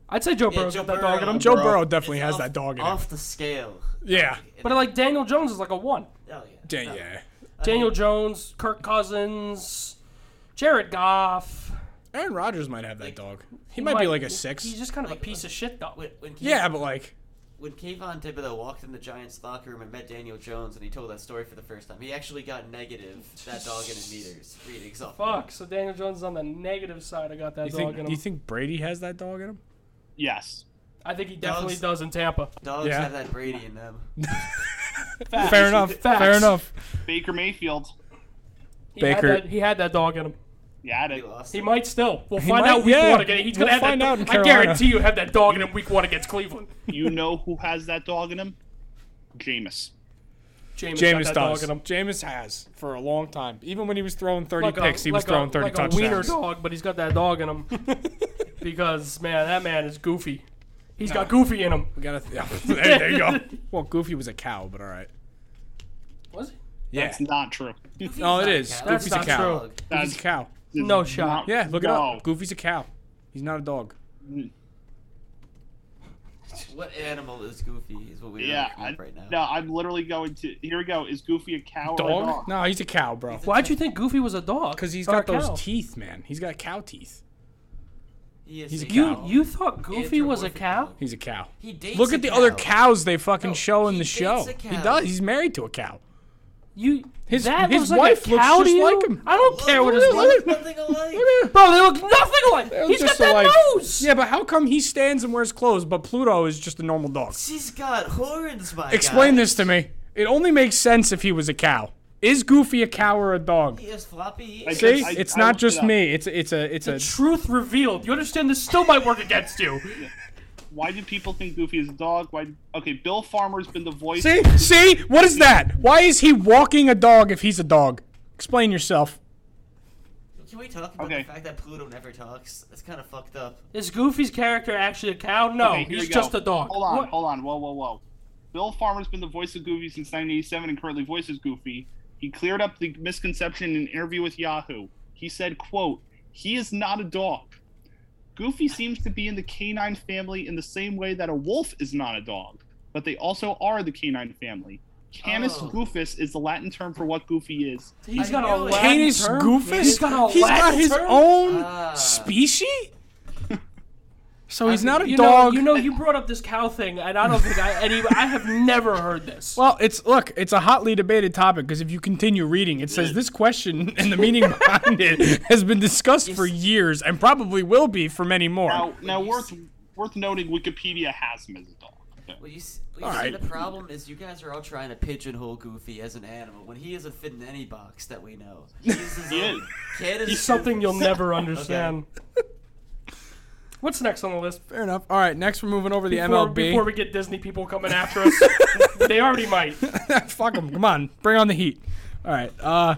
A: I'd say Joe
C: Yeah,
A: Burrow's
C: Joe
A: got that
C: Burrow.
A: dog in him.
B: Joe
D: Burrow.
B: Burrow
C: It's
B: definitely has
C: off-
B: that dog in him.
C: Off the scale.
B: Yeah.
A: But like Daniel Jones is like a one.
C: oh, yeah.
B: Da- yeah.
A: Daniel Jones, Kirk Cousins, Jared Goff.
B: Aaron Rodgers might have that dog. He
A: He
B: might be like a six.
A: He's just kind of a
C: Like, uh,
A: piece of shit dog.
C: When, when Kev-
B: Yeah, but like
C: When Kayvon Thibodeau walked in the Giants' locker room and met Daniel Jones, and he told that story for the first time, he actually got negative that dog in his meters readings off.
A: Fuck. So Daniel Jones is on the negative side. I got that
B: you
A: dog in
B: think,
A: him.
B: you think Brady has that dog in him?
D: Yes.
A: I think he definitely
C: Dogs-
A: does in Tampa.
C: Dogs
B: Yeah.
C: have that Brady in them.
B: Fair enough.
A: Facts.
B: Fair enough.
D: Baker Mayfield.
A: He
B: Baker-
A: Had that, he had that dog in him.
D: Yeah,
C: He
D: it.
C: lost.
A: He
C: it.
A: might still. We'll find out
B: might-
A: week
B: yeah.
A: one again. He's gonna
B: We'll
A: have
B: find
A: that.
B: out in
A: I guarantee
B: Carolina.
A: you have that dog in him week one against Cleveland.
D: You know who has that dog in him? Jameis.
A: James,
B: Jameis
A: got that
B: does.
A: dog in him.
B: Jameis has for a long time. Even when he was throwing 30
A: Like a-
B: picks, he was
A: like a-
B: throwing 30
A: like
B: touchdowns.
A: a wiener dog, but he's got that dog in him because man, that man is goofy. He's got goofy in him.
B: We gotta th- there, there you go. Well, Goofy was a cow, but all right.
A: Was he?
B: Yeah.
D: That's not true.
B: No, it
C: not a
B: is.
C: cow.
B: Goofy's
A: That's
B: a
A: not
B: cow.
A: true.
B: Goofy's a
D: That's
B: cow.
A: No shot.
B: Yeah, look it
D: No.
B: up. Goofy's a cow. He's not a dog.
C: What animal is Goofy? Is what we're
D: Yeah.
C: looking up
D: I-
C: right now.
D: No, I'm literally going to. Here we go. Is Goofy a cow or a
B: Dog?
D: dog?
B: No, he's a cow, bro.
A: Why'd you think Goofy was a dog?
B: Because he's
A: Or a
B: got those
A: cow?
B: teeth, man. He's got cow teeth.
C: He He is
B: He's
C: a
B: a
A: You
C: cow.
A: you thought Goofy was a
C: Anthropomorphic
A: cow?
B: He's a cow.
C: He dates
B: Look
C: a
B: at the other
C: cow.
B: cows they fucking
C: No,
B: show in
C: he
B: the show.
C: dates a
B: He
C: cow.
B: does. He's married to a cow.
A: You
B: His-
A: that looks
B: his
A: like
B: wife
A: a
B: looks
A: cow to
B: just
A: you?
B: like him.
A: I don't care what
B: look
A: his
B: at-
A: wife.
B: look
C: Look, nothing alike.
A: Bro, they look nothing like.
B: They're
A: He's got
B: just
A: that
B: alike.
A: nose.
B: Yeah, but how come he stands and wears clothes, but Pluto is just a normal dog?
C: She's got horns, my
B: Explain
C: guy.
B: this to me. It only makes sense if he was a cow. Is Goofy a cow or a dog?
C: He is floppy.
D: I
B: See,
D: I-
B: it's
D: I
B: not
D: looked it
B: just
D: up.
B: me. It's it's a it's a.
A: Truth revealed. You understand this still might work against you.
D: Why do people think Goofy is a dog? Why? Okay, Bill Farmer's been the voice.
B: See, see, what is that? Why is he walking a dog if he's a dog? Explain yourself.
C: Can we talk about
D: Okay.
C: the fact that Pluto never talks? That's kind of fucked up.
A: Is Goofy's character actually a cow? No,
D: Okay, here
A: Oh, he's
D: we go.
A: just a dog.
D: Hold on,
A: What-
D: hold on. Whoa, whoa, whoa. Bill Farmer's been the voice of Goofy since 1987 and currently voices Goofy. He cleared up the misconception in an interview with Yahoo. He said, quote, he is not a dog. Goofy seems to be in the canine family in the same way that a wolf is not a dog, but they also are the canine family. Canis
C: Oh.
D: goofus is the Latin term for what Goofy is.
A: He's
C: I
A: got a
C: know it.
A: Latin
B: Canis
A: term.
B: goofus.
A: He's got a
B: He's
A: Latin
B: got his
A: term.
B: own
C: Ah.
B: species. So he's
A: I-
B: not a
A: you
B: dog.
A: Know, you know, you brought up this cow thing, and I don't think I any. I have never heard this.
B: Well, it's look, it's a hotly debated topic because if you continue reading, it says this question and the meaning behind it has been discussed for years and probably will be for many more.
D: Now, now
C: you
D: worth
C: s-
D: worth noting, Wikipedia has him as a dog.
C: Well, you, s- well,
B: All
C: you see,
B: right.
C: the problem is you guys are all trying to pigeonhole Goofy as an animal when he isn't fit in any box that we know. He's his
D: He
C: own.
D: is.
C: Kid is
A: It's something you'll
C: Goofus.
A: never understand. What's next on the list?
B: Fair enough. All right, next we're moving over to the
A: Before,
B: MLB.
A: before we get Disney people coming after us, they already might.
B: Fuck them. Come on, bring on the heat. All right. Uh,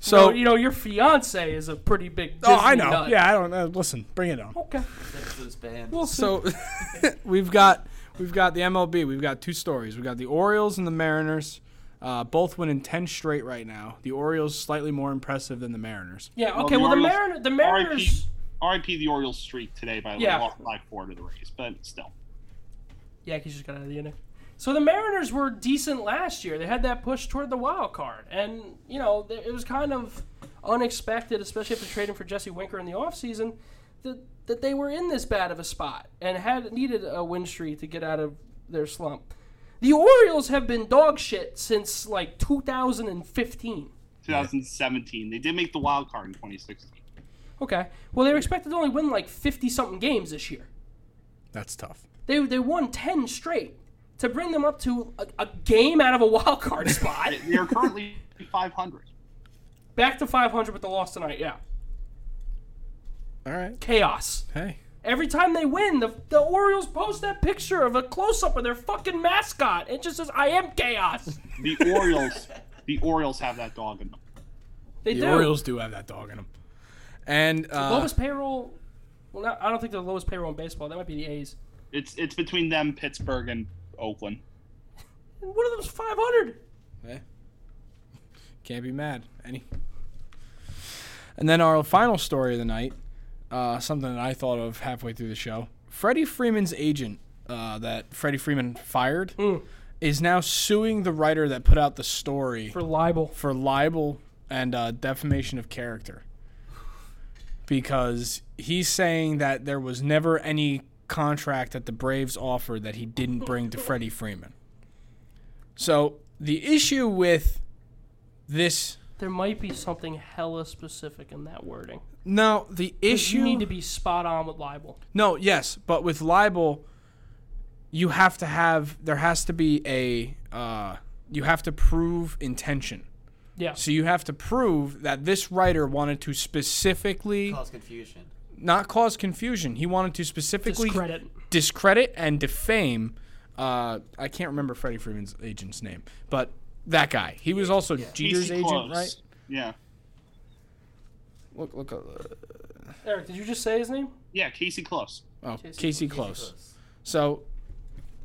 B: so
A: So you know, your fiance is a pretty big. Disney
B: oh, I know.
A: nut.
B: Yeah, I don't know. Listen, bring it on.
A: Okay.
C: That's his band.
B: So we've got we've got the MLB. We've got two stories. We've got the Orioles and the Mariners. Uh, both winning ten straight right now. The Orioles slightly more impressive than the Mariners.
A: Yeah. Okay. Well, the,
D: Orioles-
A: Mariner, the
D: RIP
A: Mariners.
D: RIP the Orioles streak today by
A: Yeah.
D: yeah. like four to the Rays, but still.
A: Yeah, he's just got out of the inning. So the Mariners were decent last year. They had that push toward the wild card, and you know th- it was kind of unexpected, especially after trading for Jesse Winker in the offseason, that that they were in this bad of a spot and had needed a win streak to get out of their slump. The Orioles have been dog shit since like 2015.
D: 2017. They did make the wild card in 2016.
A: Okay, well they were expected to only win like 50 something games this year.
B: That's tough.
A: They they won 10 straight to bring them up to a, a game out of a wild card spot.
D: They are currently 500.
A: Back to 500 with the loss tonight. Yeah.
B: All right.
A: Chaos.
B: Hey.
A: Every time they win, the, the Orioles post that picture of a close up of their fucking mascot. It just says, I am chaos.
D: The Orioles, the Orioles have that dog in them.
A: They
B: The
A: do.
B: Orioles do have that dog in them. And uh,
A: lowest payroll. Well, not, I don't think they're the lowest payroll in baseball. That might be the A's.
D: It's it's between them, Pittsburgh, and Oakland.
A: And One of them's 500.
B: eh, can't be mad. Any. And then our final story of the night, uh, something that I thought of halfway through the show. Freddie Freeman's agent, uh, that Freddie Freeman fired, is now suing the writer that put out the story
A: For libel.
B: for libel and uh, defamation of character because he's saying that there was never any contract that the Braves offered that he didn't bring to Freddie Freeman. So the issue with this
A: There might be something hella specific in that wording.
B: no, the issue
A: You need to be spot on with libel.
B: No, yes, but with libel, you have to have there has to be a uh, you have to prove intention.
A: Yeah.
B: So you have to prove that this writer wanted to specifically
C: Cause confusion.
B: not cause confusion. He wanted to specifically
A: Discredit.
B: discredit and defame. Uh, I can't remember Freddie Freeman's agent's name, but that guy. He was also Jeter's
D: AC
B: agent,
D: Close.
B: right?
D: Yeah.
B: Look, look. Uh,
A: Eric, did you just say his name?
D: Yeah, Casey Close.
B: oh, Casey,
A: Casey
B: Close. So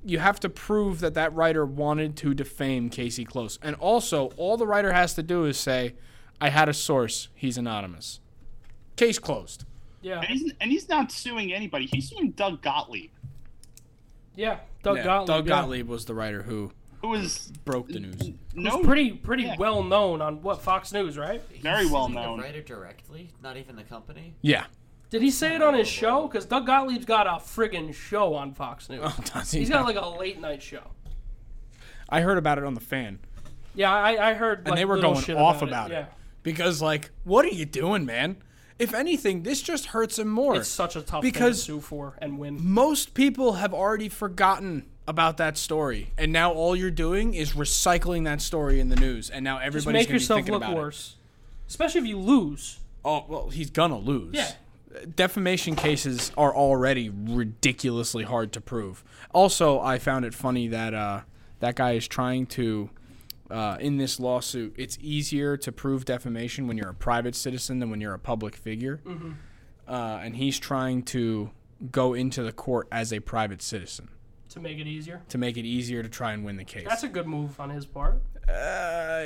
B: you have to prove that that writer wanted to defame Casey Close. And also, all the writer has to do is say, I had a source. He's anonymous. Case closed.
A: Yeah.
D: And he's, and he's not suing anybody. He's suing Doug Gottlieb,
A: Yeah. Doug
B: Yeah,
A: Gottlieb.
B: Doug
A: yeah.
B: Gottlieb was the writer who
D: who is
B: broke the news.
D: no
A: Pretty, pretty
D: Yeah.
A: well known on what Fox News, right?
D: very well
C: Suing
D: known.
C: The writer directly, not even the company.
B: Yeah.
A: Did he say it on his show? Because Doug Gottlieb's got a friggin' show on Fox News.
B: Oh, does he?
A: He's got like a late night show.
B: I heard about it on the fan.
A: Yeah, I, I heard. Like,
B: and they were
A: little
B: going
A: shit
B: off
A: about,
B: about, it,
A: Yeah.
B: because like what are you doing man if anything this just hurts him more
A: It's such a tough
B: Because-
A: thing to sue for and win.
B: most people have already forgotten about that story and now all you're doing is recycling that story in the news and now
A: Just
B: everybody's
A: make
B: gonna be
A: yourself
B: thinking
A: look
B: about it.
A: worse, especially if you lose.
B: oh well he's gonna lose
A: Yeah.
B: defamation cases are already ridiculously hard to prove also i found it funny that uh, that guy is trying to uh, in this lawsuit it's easier to prove defamation when you're a private citizen than when you're a public figure
A: Mm-hmm.
B: uh, and he's trying to go into the court as a private citizen
A: to make it easier.
B: to make it easier to try and win the case
A: That's a good move on his part.
B: uh,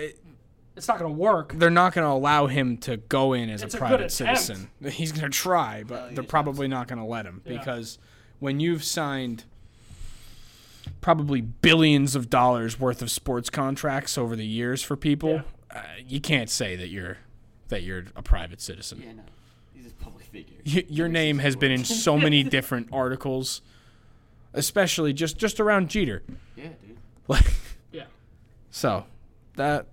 A: It's not going to work.
B: they're not going to allow him to go in as
A: It's a
B: a
A: good
B: private
A: attempt.
B: citizen. He's going to try, but they're probably not going to let him
A: Yeah.
B: because when you've signed probably billions of dollars worth of sports contracts over the years for people, uh, you can't say that you're that you're a private citizen.
C: Yeah, no. He's a public figure.
B: Y- your name has been in so many different articles, especially just just around Jeter.
C: Yeah, dude.
B: Like
A: Yeah.
B: so, that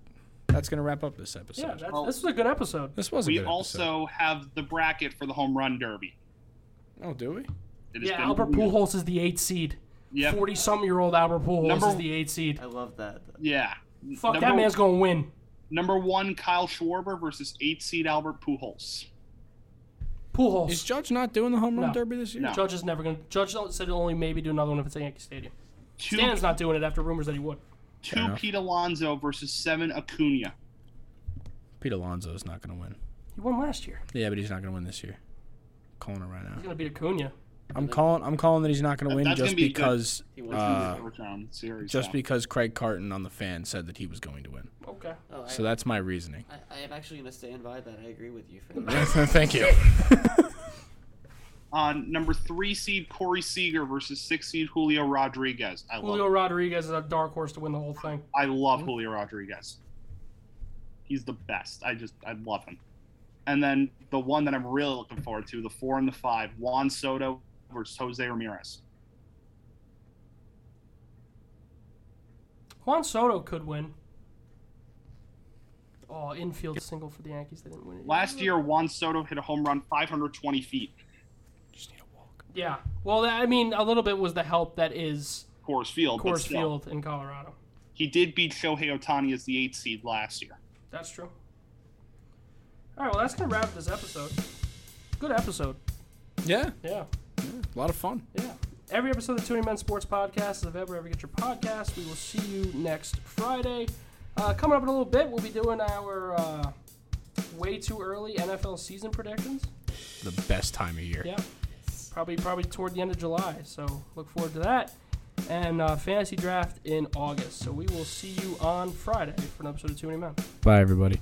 B: that's going to wrap up this episode.
A: Yeah, that, this was a good episode.
B: this was a
D: We
B: good episode.
D: also have the bracket for the home run derby.
B: Oh, do we?
D: It has
A: Yeah,
D: been
A: Albert
D: revealed.
A: Pujols is the eight seed.
D: Yep.
A: Forty-something-year-old Albert Pujols
D: Number-
A: is the eight seed.
C: I love that.
D: Yeah.
A: Fuck,
D: number,
A: that man's going to win.
D: number one, Kyle Schwarber versus eight seed Albert Pujols.
A: Pujols.
B: Is Judge not doing the home run
A: No.
B: derby this year?
D: No.
A: Judge is never going to. Judge said he'll only maybe do another one if it's at Yankee Stadium.
D: Two,
A: Stanton's not doing it after rumors that he would.
D: two
B: enough.
D: Pete Alonso versus seven Acuna.
B: Pete Alonso is not going to win.
A: He won last year.
B: Yeah, but he's not going to win this year. calling it right now.
A: He's going to beat Acuna.
B: I'm calling. I'm calling that he's not going to win
D: That's
B: just
D: gonna be good.
B: because
C: He won.
B: uh,
D: Overtime series.
B: just
D: now.
B: because Craig Carton on the fan said that he was going to win.
A: Okay.
C: Oh, I,
B: So that's my reasoning.
C: I, I am actually gonna stand by that. I agree with you, Fred.
B: Thank you.
D: on number three seed Corey Seager versus six seed Julio Rodriguez. I
A: Julio
D: love
A: Rodriguez is a dark horse to win the whole thing.
D: I love Julio Rodriguez. He's the best. I just I love him. And then the one that I'm really looking forward to, the four and the five, Juan Soto versus Jose Ramirez.
A: Juan Soto could win. Oh, infield single for the Yankees. They didn't win it.
D: Last year, Juan Soto hit a home run 520 feet,
B: Just need a walk.
A: Yeah. Well, that- I mean, a little bit was the help that is
D: Coors Field. but
A: Coors
D: still,
A: Field in Colorado.
D: He did beat Shohei Otani as the eighth seed last year.
A: That's true. All right. Well, that's gonna wrap this episode. Good episode.
B: Yeah,
A: Yeah.
B: a lot of fun.
A: Yeah. Every episode of the Tuning Men Sports Podcast is available wherever you get your podcast. We will see you next Friday. Uh, coming up in a little bit, we'll be doing our uh, way too early NFL season predictions.
B: The best time of year.
A: Yeah. Probably probably toward the end of July. So look forward to that. And uh, fantasy draft in August. So we will see you on Friday for an episode of Too Many Men.
B: Bye, everybody.